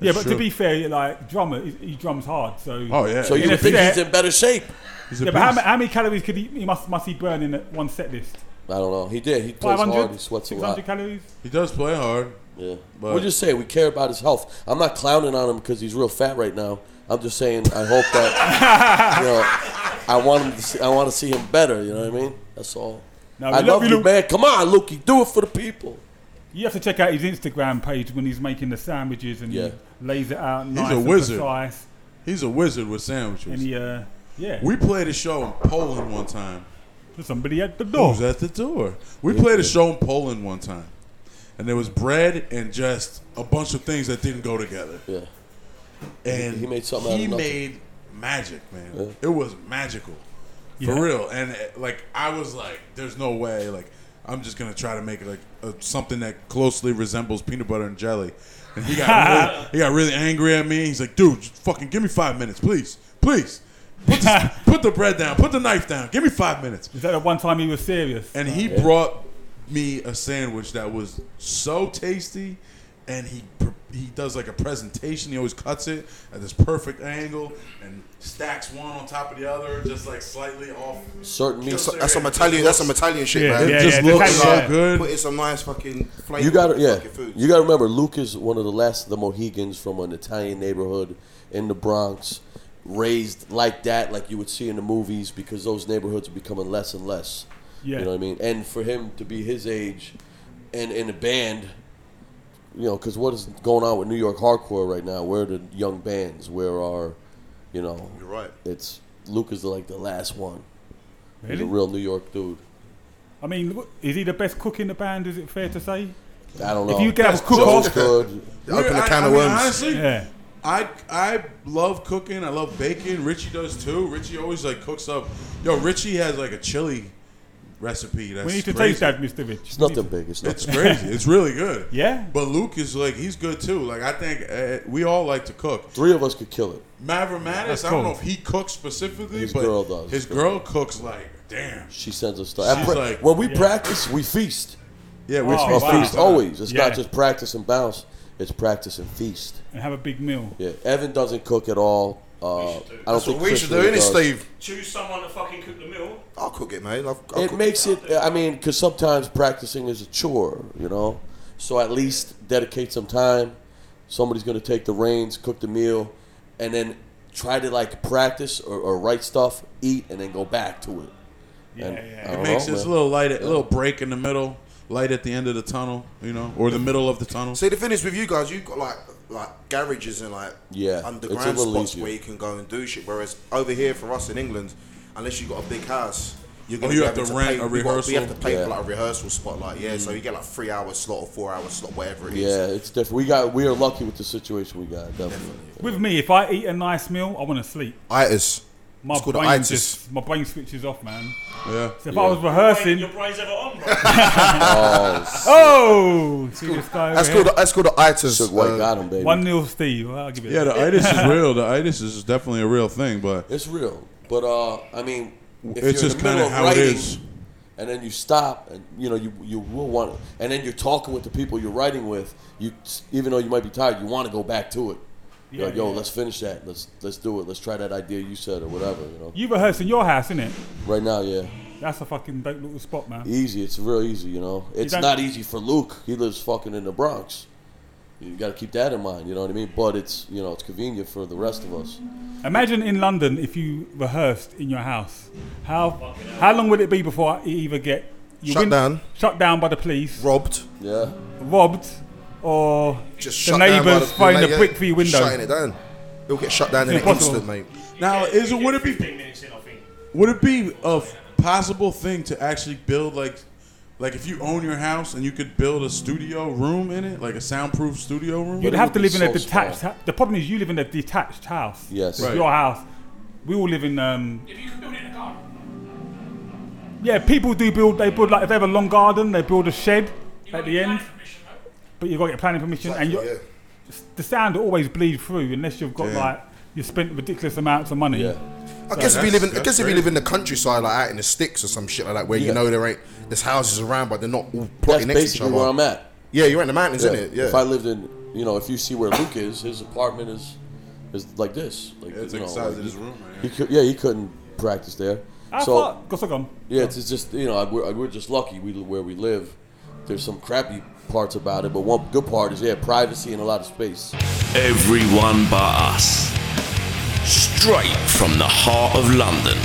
B: Yeah,
G: That's
B: but
G: true.
B: to be fair, like drummer, he, he drums hard. So
G: Oh, yeah. So you
B: In a
F: would think
B: set-
F: he's in better shape.
G: He's a
B: yeah, but how,
G: beast.
B: ma- how many calories could he, he must must he burn in a- one set list?
F: I don't know. He did. He plays
B: 500,
F: hard. He sweats a
B: 600
F: lot.
B: calories.
G: He does play hard.
F: Yeah.
G: But-
F: We're just saying we care about his health. I'm not clowning on him because he's real fat right now. I'm just saying I hope that you know I want him to see, I want to see him better. You know what I mean? That's all.
B: No, we
F: I
B: love
F: love
B: you,
F: you,
B: Luke.
F: man. Come on, Luke. You do it for the people.
B: You have to check out his Instagram page when he's making the sandwiches and
F: Yeah.
B: he lays it out.
G: He's
B: Nice
G: a
B: and
G: wizard.
B: precise.
G: He's a wizard with sandwiches.
B: And he, uh, yeah.
G: We played a show in Poland one time.
B: Somebody at the door.
G: Who's at the door? We played a show in Poland one time, and there was bread and just a bunch of things that didn't go together.
F: Yeah.
G: And
F: He made something out
G: he
F: of nothing.
G: made magic, man.
F: Yeah.
G: It was magical,
F: Yeah.
G: for real. And uh, like I was like, "There's no way." Like I'm just gonna try to make like a, something that closely resembles peanut butter and jelly. And he got really, he got really angry at me. He's like, "Dude, just fucking give me five minutes, please, please." Put, this, put the bread down. Put the knife down. Give me five minutes.
B: Is that the one time he was serious?
G: And
C: Oh,
G: he brought me a sandwich that was so tasty. And he pr- he does like a presentation. He always cuts it at this perfect angle and stacks one on top of the other, just like slightly off.
F: Certain meats.
G: Just-
C: That's some Italian. That's some Italian shit, man.
G: It just looks so good.
C: Put in some nice fucking flavor.
F: You got to
C: to
F: yeah.
C: Fucking food.
F: You got to remember, Luke is one of the last of the Mohegans from an Italian neighborhood in the Bronx, raised like that, like you would see in the movies, because those neighborhoods are becoming less and less.
B: Yeah.
F: You know what I mean? And for him to be his age and in a band, you know, because what is going on with New York hardcore right now? Where are the young bands? Where are, you know?
C: You're right.
F: It's Luke is like the last one. He's a
B: Really?
F: real New York dude.
B: I mean, wh- is he the best cook in the band? Is it fair to say?
F: I don't know.
B: If you could have a
F: Best
B: cook
F: Joe's
B: off,
F: good.
G: We're- I- I mean, Honestly,
B: yeah.
G: I I love cooking. I love baking. Richie does too. Richie always like cooks up. Yo, Richie has like a chili recipe. That's
B: We need to taste
G: crazy.
B: that, Mr. Rich.
F: It's nothing big. It's nothing.
G: It's crazy. It's really good.
B: Yeah.
G: But Luke is like he's good too. Like I think uh, we all like to cook.
F: Three of us could kill it.
G: Mavericks, I don't know if he cooks specifically,
F: His
G: but
F: girl does.
G: his girl cooks like damn.
F: She sends us stuff. At
G: She's
F: pra-
G: like-
F: when we
G: Yeah.
F: practice, we feast.
G: Yeah, we
F: It's
G: feast.
F: a feast
G: Wow.
F: always. It's
G: Yeah.
F: not just practice and bounce. It's practice and feast.
B: And have a big meal.
F: Yeah, Evan doesn't cook at all. Uh, I don't
C: That's what
F: think
C: we
F: Chris
C: should do,
F: really
C: innit,
F: does.
C: Steve?
E: Choose someone to fucking cook the meal.
C: I'll cook it, mate. I've, I'll
F: It
C: cook
F: makes it. I mean, because sometimes practicing is a chore, you know. So at least dedicate some time. Somebody's going to take the reins, cook the meal, and then try to like practice or, or write stuff, eat, and then go back to it. And I
G: It
F: don't
G: makes
F: know,
G: this
F: man.
G: little light, a little break in the middle, light at the end of the tunnel, you know, or the middle of the tunnel.
C: See, the thing is with you guys, you've got like like garages and like
G: Yeah,
C: underground
G: it's a little
C: spots
G: easier.
C: where you can go and do shit. Whereas over here for us in England, unless you've got a big house, you're gonna
G: Oh, you
C: be
G: have
C: having
G: to rent
C: pay,
G: a
C: we got- We have to
G: rehearsal?
C: pay
F: Yeah.
C: for like a rehearsal spot, like yeah.
B: Mm.
C: So you get like three hour slot or four hour slot, whatever it is.
F: Yeah, it's different. We got. We are lucky with the situation we got. Definitely.
B: With me, if I eat a nice meal, I want to sleep.
C: Itis.
B: My
C: It's called
B: brain
C: itis.
B: just my brain switches off, man.
G: Yeah.
B: So if
C: Yeah.
B: I was rehearsing,
E: Your brain's ever on, bro.
B: oh, see this guy.
C: That's
B: over
C: called that's called the itis.
F: Shook White
C: uh,
F: got him,
B: here?
F: baby.
B: one nil, Steve. I'll give it.
G: Yeah, the itis is real. The itis is definitely a real thing, but
F: It's real, but uh, I mean, if
G: It's
F: you're
G: just
F: in the middle
G: kinda
F: of
G: how it
F: writing,
G: is.
F: and then you stop, and you know you you will want, and then you're talking with the people you're writing with. You even though you might be tired, you want to go back to it. You're
B: Yeah,
F: like, yo,
B: yeah.
F: let's finish that. Let's let's do it. Let's try that idea you said or whatever. You know,
B: You rehearse in your house, innit?
F: right now, yeah,
B: That's a fucking dope little spot, man.
F: easy. It's real easy. You know, it's
B: don't-
F: not easy for Luke. He lives fucking in the Bronx. You got to keep that in mind. You know what I mean? But it's you know it's convenient for the rest of us.
B: Imagine in London if you rehearsed in your house. How how long would it be before you either get you
C: Shut down.
B: shut down by the police,
C: robbed,
F: yeah,
B: robbed, or
C: Just
B: the
C: shut down by
B: neighbours
C: the-
B: find
C: the
B: a brick for your window.
C: Shutting it down. It'll get shut down in
B: It's
C: an
B: impossible.
C: instant, mate.
G: now is it would it be would it be a f- possible thing to actually build like like if you own your house and you could build a studio room in it, like a soundproof studio room?
B: You'd have to live in a detached. hou- The problem is you live in a detached house.
G: Yes.
B: It's
G: Right.
B: your house. We all live in. Um, yeah, people do build. They build like if they have a long garden, they build a shed at the end. But you've got to get planning permission, and
C: you
B: the sound will always bleed through unless you've got
C: Yeah.
B: like you spent ridiculous amounts of money. Yeah.
C: I guess if you live in, I guess if you live in the countryside, like out in the sticks or some shit like that, where
F: Yeah.
C: you know there ain't there's houses around, but they're not all plotting next
F: That's
C: to each
F: basically
C: other.
F: where I'm at.
C: Yeah, you're in the mountains,
F: Yeah.
C: isn't it? Yeah.
F: If I lived in, you know, if you see where Luke is, his apartment is is like this. Like,
G: Yeah, it's
F: you
G: like
F: know,
G: the size
F: like
G: of
F: he-
G: his room right
F: He could, yeah, he couldn't practice there.
B: I
F: so
B: thought- go, so go.
F: yeah, it's, it's just you know we're, we're just lucky we where we live. There's some crappy parts about it, but one good part is yeah, privacy and a lot of space.
A: Everyone but us. Straight from the heart of London.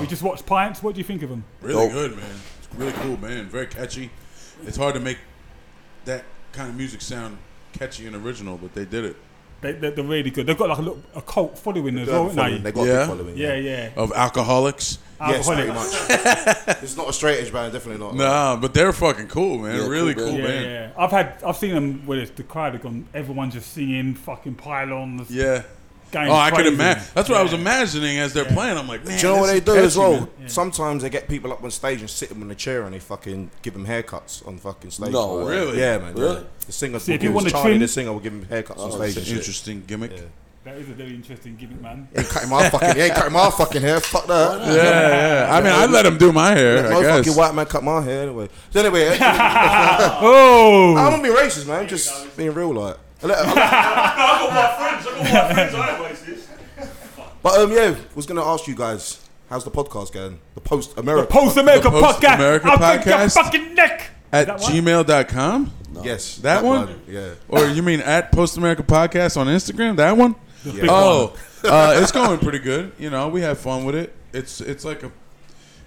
B: We just watched Pints. What do you think of them?
G: Really good, man. It's really cool, man. Very catchy. It's hard to make that kind of music sound catchy and original, but they did it.
B: They, they're, they're really good. They've got like a, little, a cult following as well, haven't they? Yeah, yeah.
G: Of alcoholics.
C: Yes, pretty much.
B: Alcoholics.
C: it's not a straight edge band, definitely not.
G: Nah, but they're fucking cool, man.
C: Yeah,
G: really
C: cool
G: cool,
B: yeah,
G: man.
B: yeah. I've had, I've seen them where it's the crowd have gone. Everyone's just singing, fucking pylons.
G: Yeah.
B: Going
G: oh, I could
B: crazy.
G: imagine. That's what I was
B: Yeah.
G: imagining as they're playing. I'm like,
C: Do
G: man,
C: you know what
G: this
C: they
G: is
C: do
G: catchy,
C: as well?
G: man."
C: Sometimes they get people up on stage and sit them in a chair and they fucking give them haircuts on fucking stage.
F: No
C: Like,
F: way. Really?
C: Yeah, man.
F: Really?
C: Yeah. The singer,
B: See, if
C: if
B: you
C: you
B: wanna
C: want Charlie,
B: trim-
C: the singer will give him haircuts on
G: Oh,
C: stage.
G: that's
C: and shit.
G: interesting gimmick.
B: That is a very interesting gimmick, man.
C: Ain't cutting my fucking, he ain't cutting my fucking hair. Fuck that.
G: Yeah, yeah. I mean, I let him do my hair,
C: Let
G: I
C: my
G: guess.
C: fucking white man cut my hair anyway. So anyway,
B: oh,
C: I'm gonna
G: Hmm.
C: be racist, man. Just being real, like. I let- I let-
E: I got my friends. I got my friends. I ain't wasted.
C: But um, yeah, was gonna ask you guys, how's the podcast going? The post America,
B: Post America podcast.
G: America
B: I'll break your
G: podcast?
B: fucking neck.
G: At
B: That one?
G: gmail.com?
C: Yes,
G: That, one?
C: Yeah.
G: Or you mean at Post America Podcast on Instagram? That one?
C: The big
G: Oh,
C: one.
G: uh, it's going pretty good. You know, we have fun with it. It's it's like a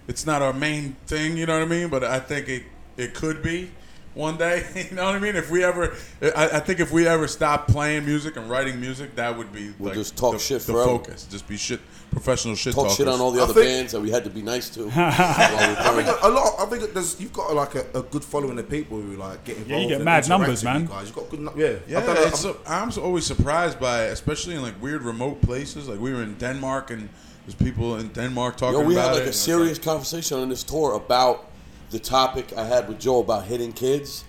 G: it's not our main thing, you know what I mean? But I think it it could be one day. You know what I mean? If we ever, I, I think if we ever stop playing music and writing music, that would be
F: We'll
G: like
F: just talk
G: the,
F: shit
G: the
F: forever.
G: focus. Just be shit, professional shit.
F: Talk shit
G: talkers.
F: on all the
G: I
F: other
G: think-
F: bands that we had to be nice to.
C: I think a lot. I think there's you've got like a, a good following of people who like get involved.
G: Yeah, you get
C: and
G: mad
C: interact
G: numbers,
C: with you
G: man.
C: Guys, you've got good. nu- Yeah,
G: Yeah,
C: I've done a-
G: it's a, I'm s- always surprised by, it, especially in like weird remote places. Like we were in Denmark, and there's people in Denmark talking
F: Yo, we
G: about
F: had
G: it.
F: like a
G: and it's
F: serious conversation on this tour about the topic I had with Joe about hitting kids,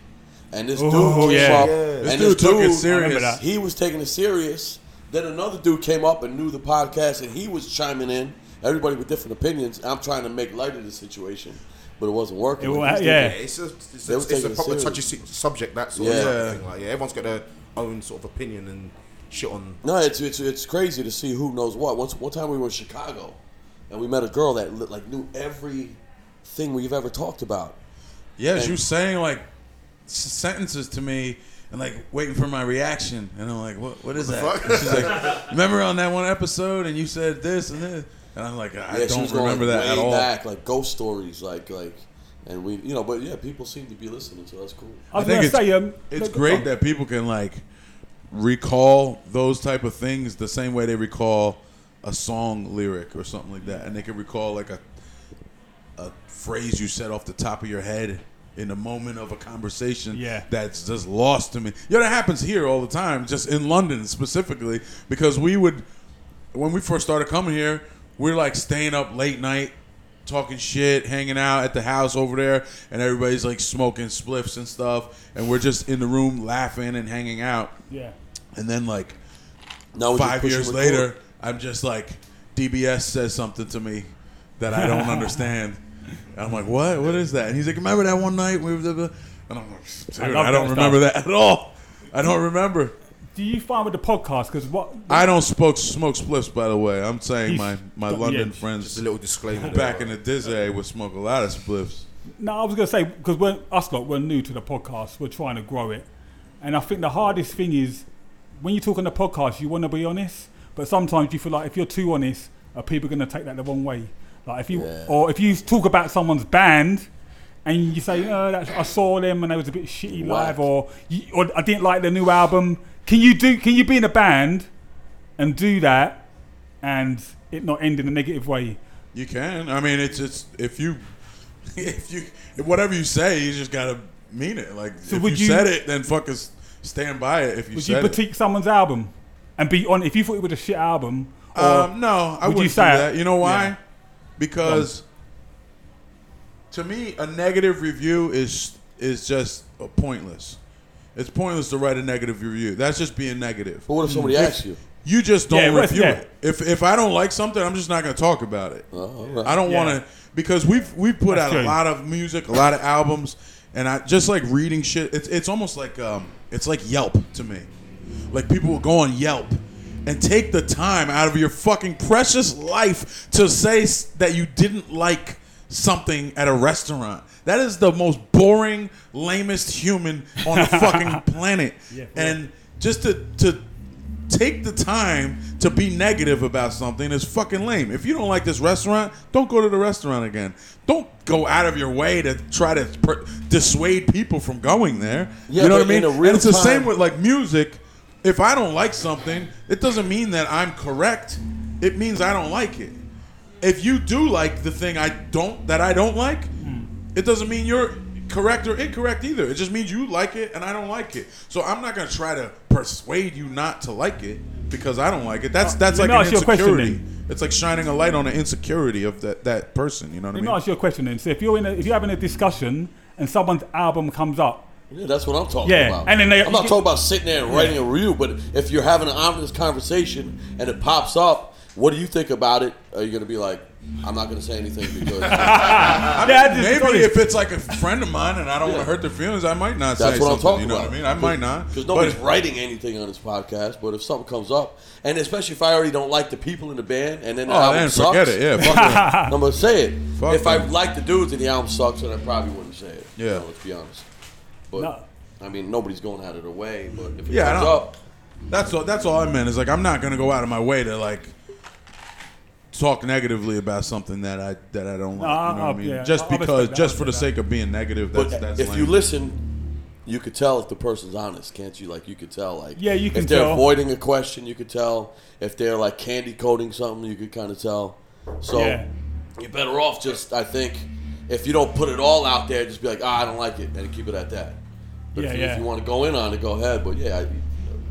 F: and this
G: Oh,
F: dude came
G: yeah.
F: up,
G: Yeah.
F: and
G: This dude took it serious. I remember that.
F: He was taking it serious. Then another dude came up and knew the podcast, and he was chiming in. Everybody with different opinions. I'm trying to make light of the situation, but it wasn't working.
C: It
F: Like,
C: wa-
F: these dudes-
C: yeah, it's a, it's
F: They
C: a,
F: was
C: it's a
F: taking it
C: proper
F: serious.
C: touchy su- subject. That sort
F: Yeah.
C: of thing. Like, yeah, everyone's got their own sort of opinion and shit on.
F: No, it's it's it's crazy to see who knows what. Once one time we were in Chicago, and we met a girl that li- like knew every thing we've ever talked about.
G: Yeah,
F: And-
G: she was saying like s- sentences to me and like waiting for my reaction, and I'm like, "What? What is
F: What the
G: that?"
F: fuck?
G: And She's like, "Remember on that one episode, and you said this and this," and I'm like, "I
F: yeah, she was
G: don't
F: going
G: remember that
F: way
G: at all."
F: Back, like ghost stories, like like, and we you know, but yeah, people seem to be listening, so that's cool.
G: I, think it's,
B: um,
G: it's great
B: oh.
F: that
G: that people can like recall those type of things the same way they recall a song lyric or something like that, and they can recall like a a phrase you said off the top of your head in the moment of a conversation
B: Yeah.
G: that's just lost to me. Yeah, that happens here all the time, just in London specifically, because we would when we first started coming here, we're like staying up late night, talking shit, hanging out at the house over there, and everybody's like smoking spliffs and stuff, and we're just in the room laughing and hanging out.
B: Yeah.
G: And then like
F: Now we just
G: five
F: push
G: years
F: record.
G: later, I'm just like DBS says something to me that I don't understand. And I'm like, what? What is that? And he's like, remember that one night we were, blah, blah?" and I'm like,
B: I
G: dude,
B: love
G: I, don't
B: that
G: remember
B: stuff.
G: that at all. I don't remember.
B: Do you find with the podcast? Because what
G: I don't smoke smoke spliffs, by the way. I'm saying
B: He's-
G: my, my
B: yeah,
G: London
B: just-
G: friends.
C: just a little disclaimer there.
G: Back in the Disney, would smoke a lot of spliffs.
B: No, I was going to say because we're us lot we're new to the podcast. We're trying to grow it, and I think the hardest thing is when you talk on the podcast, you want to be honest, but sometimes you feel like if you're too honest, are people going to take that the wrong way? Like if you
F: Yeah.
B: or if you talk about someone's band. And you say, oh, that's, I saw them and they was a bit shitty
F: Whack.
B: live, or, you, or I didn't like the new album. Can you do? Can you be in a band and do that, and it not end in a negative way?
G: You can. I mean, it's it's if you if you whatever you say, you just gotta mean it. Like
B: So
G: if
B: would
G: you,
B: you-
G: said it, then fucking s- stand by it. If you
B: Would you
G: said it.
B: critique someone's album and be on? If you thought it was a shit album, or
G: Um, no, I
B: would
G: wouldn't
B: you
G: you
B: say
G: do
B: it?
G: that. You know why?
B: Yeah.
G: Because to me, a negative review is is just uh, pointless. It's pointless to write a negative review. That's just being negative. But
F: what if somebody asks you?
G: You just
F: Yeah,
G: don't
F: what if-
G: review
F: yeah.
G: it. If if I don't like something, I'm just not going to talk about it.
F: Oh, right.
G: I don't
F: Yeah.
G: want to because we've we put
F: That's
G: out a
F: true.
G: lot of music, a lot of albums, and I just like reading shit. It's it's almost like um it's like Yelp to me. Like people will go on Yelp and take the time out of your fucking precious life to say s- that you didn't like something at a restaurant. That is the most boring, lamest human on the fucking planet.
B: Yeah, for
G: and just to to take the time to be negative about something is fucking lame. If you don't like this restaurant, don't go to the restaurant again. Don't go out of your way to try to per- dissuade people from going there.
F: Yeah,
G: you know
F: but
G: what I mean?
F: in a
G: And
F: real
G: it's the same
F: time-
G: with like music. If I don't like something, it doesn't mean that I'm correct. It means I don't like it. If you do like the thing I don't that I don't like,
B: Hmm.
G: it doesn't mean you're correct or incorrect either. It just means you like it and I don't like it. So I'm not gonna try to persuade you not to like it because I don't like it. That's
B: Uh,
G: that's
B: let
G: like
B: me
G: an
B: ask you a question
G: insecurity. It's like shining a light on an insecurity of that that person. You know what I
B: let
G: mean?
B: me ask you a question then. So if you're in, a, if you're having a discussion and someone's album comes up,
F: Yeah, that's what I'm talking
B: Yeah,
F: about.
B: and then they-
F: I'm not talking about sitting there and
B: Yeah.
F: writing a review, but if you're having an honest conversation and it pops up, what do you think about it? Are you going to be like, I'm not going to say anything because.
G: I mean, maybe if it's like a friend of mine and I don't want to hurt their feelings, I might not
F: That's
G: say
F: what I'm
G: something.
F: talking
G: you know
F: about.
G: what I mean? I might not.
F: because
G: But-
F: nobody's writing anything on this podcast. But if something comes up, and especially if I already don't like the people in the band, and then the
G: Oh,
F: album
G: then
F: sucks,
G: forget it. Yeah, fuck them.
F: I'm gonna say it.
G: Fuck
F: if I
G: them.
F: like the dudes and the album sucks, then I probably wouldn't say it. you
G: Yeah.
F: know, let's be honest. But
B: No.
F: I mean, nobody's going out of their way. But if it
G: Yeah, I
F: comes
G: don't-
F: up,
G: That's all. That's all I meant. Is like I'm not gonna go out of my way to like talk negatively about something that I that I don't like.
B: I-
G: you know what
B: I-
G: I mean?
B: Uh, yeah,
G: just
B: I- I
G: because,
B: respect that,
G: just
B: I
G: for the
B: respect
G: sake of being negative,
F: But
G: that's that's
F: if
G: lame.
F: you listen, you could tell if the person's honest, can't you? Like you could tell, like
B: Yeah, you can
F: If they're
B: tell.
F: avoiding a question, you could tell. If they're like candy coating something, you could kind of tell. So
B: Yeah.
F: you're better off just, I think, if you don't put it all out there, just be like, ah, I don't like it, and keep it at that. But
B: Yeah,
F: if, you,
B: yeah.
F: if you want to go in on it, go ahead. But yeah, I,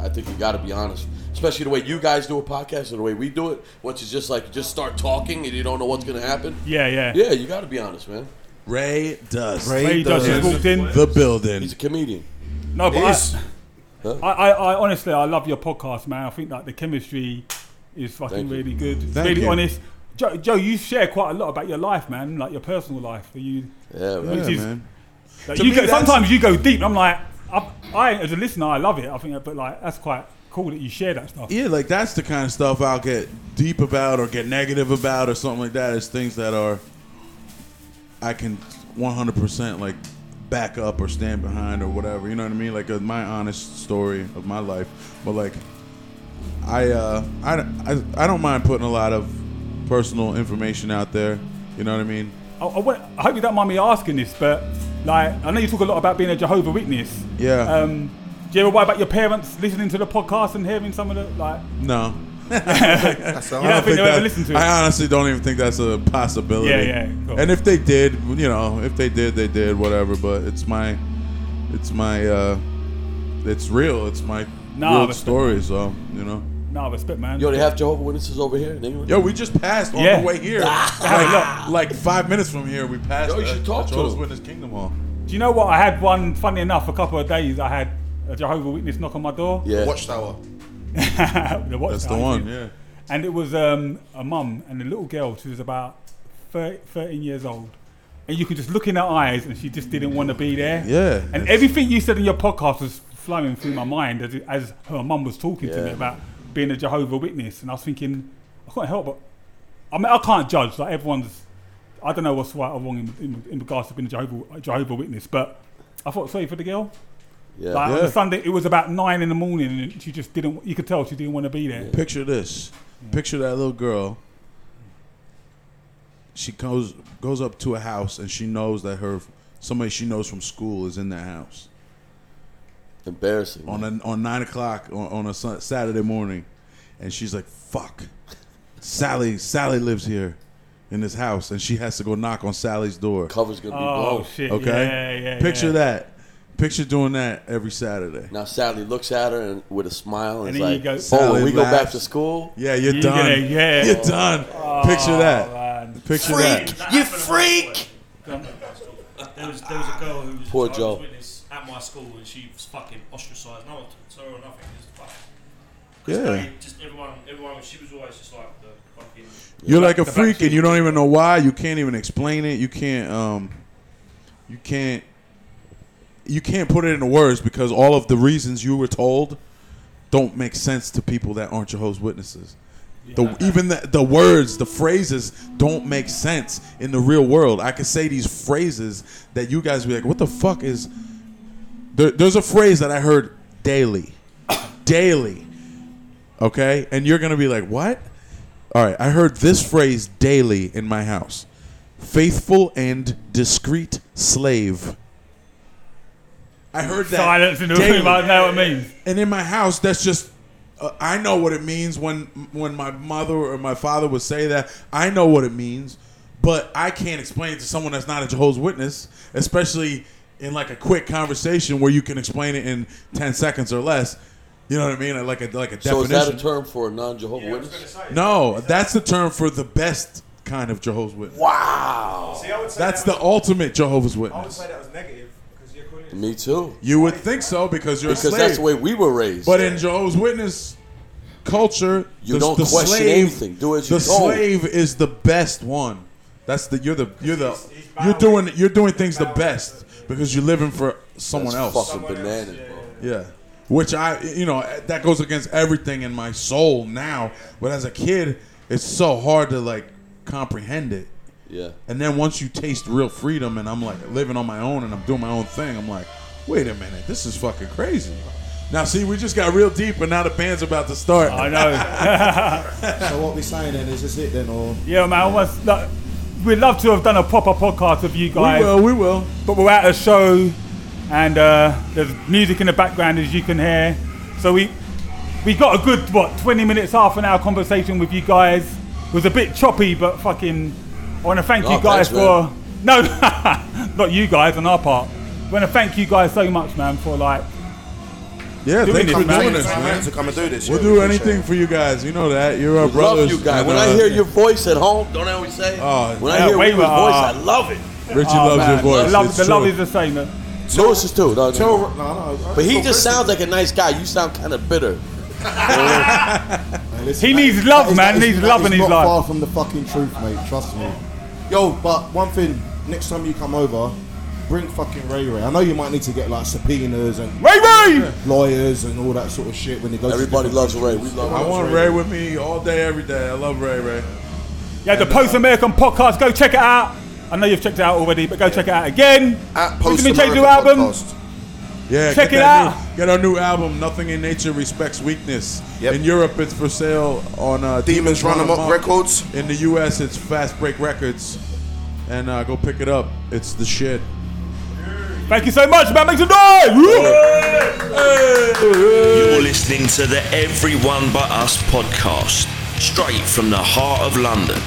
F: I think you got to be honest, especially the way you guys do a podcast or the way we do it. Once you just like just start talking and you don't know what's gonna happen.
B: Yeah, yeah.
F: Yeah, you got to be honest, man.
G: Ray Dust,
F: Ray Ray Dust Dust.
B: has walked in.
G: the building.
F: He's a comedian.
B: No, but
F: He
B: I,
F: is. Huh?
B: I, I, I honestly, I love your podcast, man. I think like the chemistry is fucking
F: Thank you.
B: really good. It's
F: Thank
B: really
F: you.
B: honest. Joe, Joe, you share quite a lot about your life, man. Like your personal life. Are you?
F: Yeah,
B: which
F: man.
B: is-
F: Yeah, man.
B: like,
F: To
B: you
F: me,
B: go,
F: that's-
B: sometimes you go deep. and I'm like, I, I as a listener, I love it. I think, but like that's quite cool that you share that stuff.
G: Yeah, like that's the kind of stuff I'll get deep about or get negative about or something like that. It's things that are I can 100% like back up or stand behind or whatever. You know what I mean? Like uh, my honest story of my life. But like I uh I, I I don't mind putting a lot of personal information out there. You know what I mean?
B: I, I, wa- I hope you don't mind me asking this, but like I know you talk a lot about being a Jehovah Witness.
G: Yeah.
B: Um, do you ever worry about your parents listening to the podcast and hearing some of the like?
G: No.
B: That's all. You don't think they'll
G: that-
B: ever listen to it?
G: I honestly don't even think that's a possibility.
B: Yeah, yeah, cool.
G: And if they did, you know, if they did, they did, whatever. But it's my, it's my, uh it's real. It's my
B: Nah,
G: real
B: but-
G: story. So you know.
B: No, respect, man.
F: You already have Jehovah Witnesses over here in England.
G: Yo, we just passed on
B: Yeah.
G: the way here. like, like five minutes from here, we passed.
F: Yo, you should
G: uh,
F: talk to
G: Jehovah's
F: him.
G: Witness Kingdom Hall.
B: Do you know what? I had one, funny enough, a couple of days I had a Jehovah Witness knock on my door.
F: Yeah.
C: Watchtower.
B: the watchtower.
G: That's the one,
B: yeah.
G: yeah.
B: And it was um, a mum and a little girl. She was about 30, 13 years old. And you could just look in her eyes and she just didn't want to be there.
G: Yeah,
B: And everything you said in your podcast was flowing through my mind as, as her mum was talking to
F: Yeah.
B: me about being a Jehovah Witness. And I was thinking, I can't help but. I mean, I can't judge. Like, everyone's. I don't know what's right or wrong in, in, in regards to being a Jehovah, Jehovah Witness, but I thought, sorry for the girl.
F: Yeah.
B: Like on
G: Yeah.
B: the Sunday, it was about nine in the morning, and she just didn't. You could tell she didn't want to be there.
G: Picture this. Picture that little girl. She goes goes up to a house and she knows that her somebody she knows from school is in that house
F: Embarrassing.
G: on a, on nine o'clock on, on a sun, Saturday morning, and she's like, "Fuck, Sally. Sally lives here." In this house, and she has to go knock on Sally's door.
F: Cover's gonna
B: be Oh, blown. shit.
G: Okay.
B: Yeah, yeah,
G: Picture
B: yeah.
G: that. Picture doing that every Saturday.
F: Now Sally looks at her and with a smile and,
B: And
F: is
B: then
F: like,
B: you go-
F: "Oh, when
G: Sally
F: we go back
G: laughs.
F: to school."
G: Yeah, you're
B: You
G: done.
B: get it, yeah.
G: You're done. Picture
B: Oh,
G: that.
B: man.
G: Picture that.
F: You freak!
L: There was, there was a girl who was
F: Poor
L: a Jehovah's
F: Joe.
L: Witness at my school and she was fucking ostracised. No one told her or nothing. Just fuck. 'Cause
G: Yeah.
L: they- Just everyone, everyone. She was always just like the fucking.
G: You're like a
L: the
G: freak,
L: back-
G: and you don't even know why. You can't even explain it. You can't. Um, you can't. You can't put it into words because all of the reasons you were told don't make sense to people that aren't Jehovah's Witnesses. The, even the, the words, the phrases don't make sense in the real world. I could say these phrases that you guys be like, "What the fuck is?" There, there's a phrase that I heard daily, daily. Okay, and you're gonna be like, "What?" All right, I heard this phrase daily in my house: "Faithful and discreet slave." I heard that
B: Silence in the
G: daily.
B: room. I know what it means.
G: And in my house, that's just. Uh, I know what it means when when my mother or my father would say that. I know what it means, but I can't explain it to someone that's not a Jehovah's Witness, especially in like a quick conversation where you can explain it in ten seconds or less. You know what I mean? Like a like a
F: So is
G: definition.
F: that a term for a non-Jehovah Witness?
G: no, that's the term for the best kind of Jehovah's Witness.
F: Wow.
I: See, I would say
G: That's
I: that
G: the
I: was-
G: ultimate Jehovah's
I: I
G: Witness.
I: would say that was negative because you're calling it.
F: Me too.
G: You would think so because you're a
F: Because
G: slave.
F: that's the way we were raised.
G: But in Jehovah's Witness culture,
F: You
G: the,
F: don't
G: the
F: question
G: slave,
F: anything. Do as
G: the
F: you're told.
G: slave is the best one. That's the you're the you're the you're doing you're doing things the best because you're living for someone
F: That's
G: else.
F: Fucking bananas, bro.
G: Yeah. Which I, you know, that goes against everything in my soul now. But as a kid, it's so hard to like comprehend it.
F: Yeah.
G: And then once you taste real freedom and I'm like living on my own and I'm doing my own thing, I'm like, wait a minute, this is fucking crazy. Now, see, we just got real deep, and now the band's about to start.
B: I know.
J: so what we saying then is this it then or
B: Yeah, man. I was, like, we'd love to have done a proper podcast of you guys.
G: will, we will.
B: But we're at a show, and uh, there's music in the background as you can hear. So we we got a good what 20 minutes, half an hour conversation with you guys. It was a bit choppy, but fucking. I want to thank
F: Oh,
B: you guys
F: thanks,
B: for no, not you guys on our part. I want to thank you guys so much, man, for like.
G: Yeah,
B: doing
G: thanks
B: this,
G: for
B: man.
G: doing this, man. We'll do anything for you guys. You know that. You're our
F: We
G: brothers.
F: love you guys.
G: and,
F: When I
G: uh,
F: hear your voice at home, don't I always say?
G: Oh,
F: when I
G: yeah,
F: hear
G: wait,
F: Weber's voice,
G: uh,
F: I love it.
G: Richie loves your voice.
B: The Oh, love,
G: It's
B: the love
G: true.
B: is the same. man.
F: Lewis is too. No, no.
J: Tell- no, no, I-
F: but he
J: Tell
F: just
J: Richie.
F: sounds like a nice guy. You sound kind of bitter.
B: he needs
J: That
B: love,
J: is-
B: man.
J: that is-
B: needs
J: that
B: love
J: is
B: in his
J: not
B: life.
J: Far from the fucking truth, mate. Trust me. Yo, but one thing. Next time you come over, bring fucking Ray Ray. I know you might need to get like subpoenas and
B: Ray Ray
J: lawyers and all that sort of shit when it goes.
F: Everybody loves Ray. We love
G: I want Ray with me all day, every day. I love Ray Ray.
B: Yeah, the Post American podcast. Go check it out. I know you've checked it out already, but go check it out again. At
G: Post
B: new
G: American
B: album.
G: Yeah,
B: Check
G: get
B: it
G: that New, get our new album, Nothing in Nature Respects Weakness. In Europe, it's for sale on uh,
C: Demons Run Amok Records.
G: In the U.S., it's Fast Break Records. And uh, go pick it up. It's the shit.
B: Thank you so much, man. Make some noise.
A: You're listening to the Everyone But Us podcast, straight from the heart of London.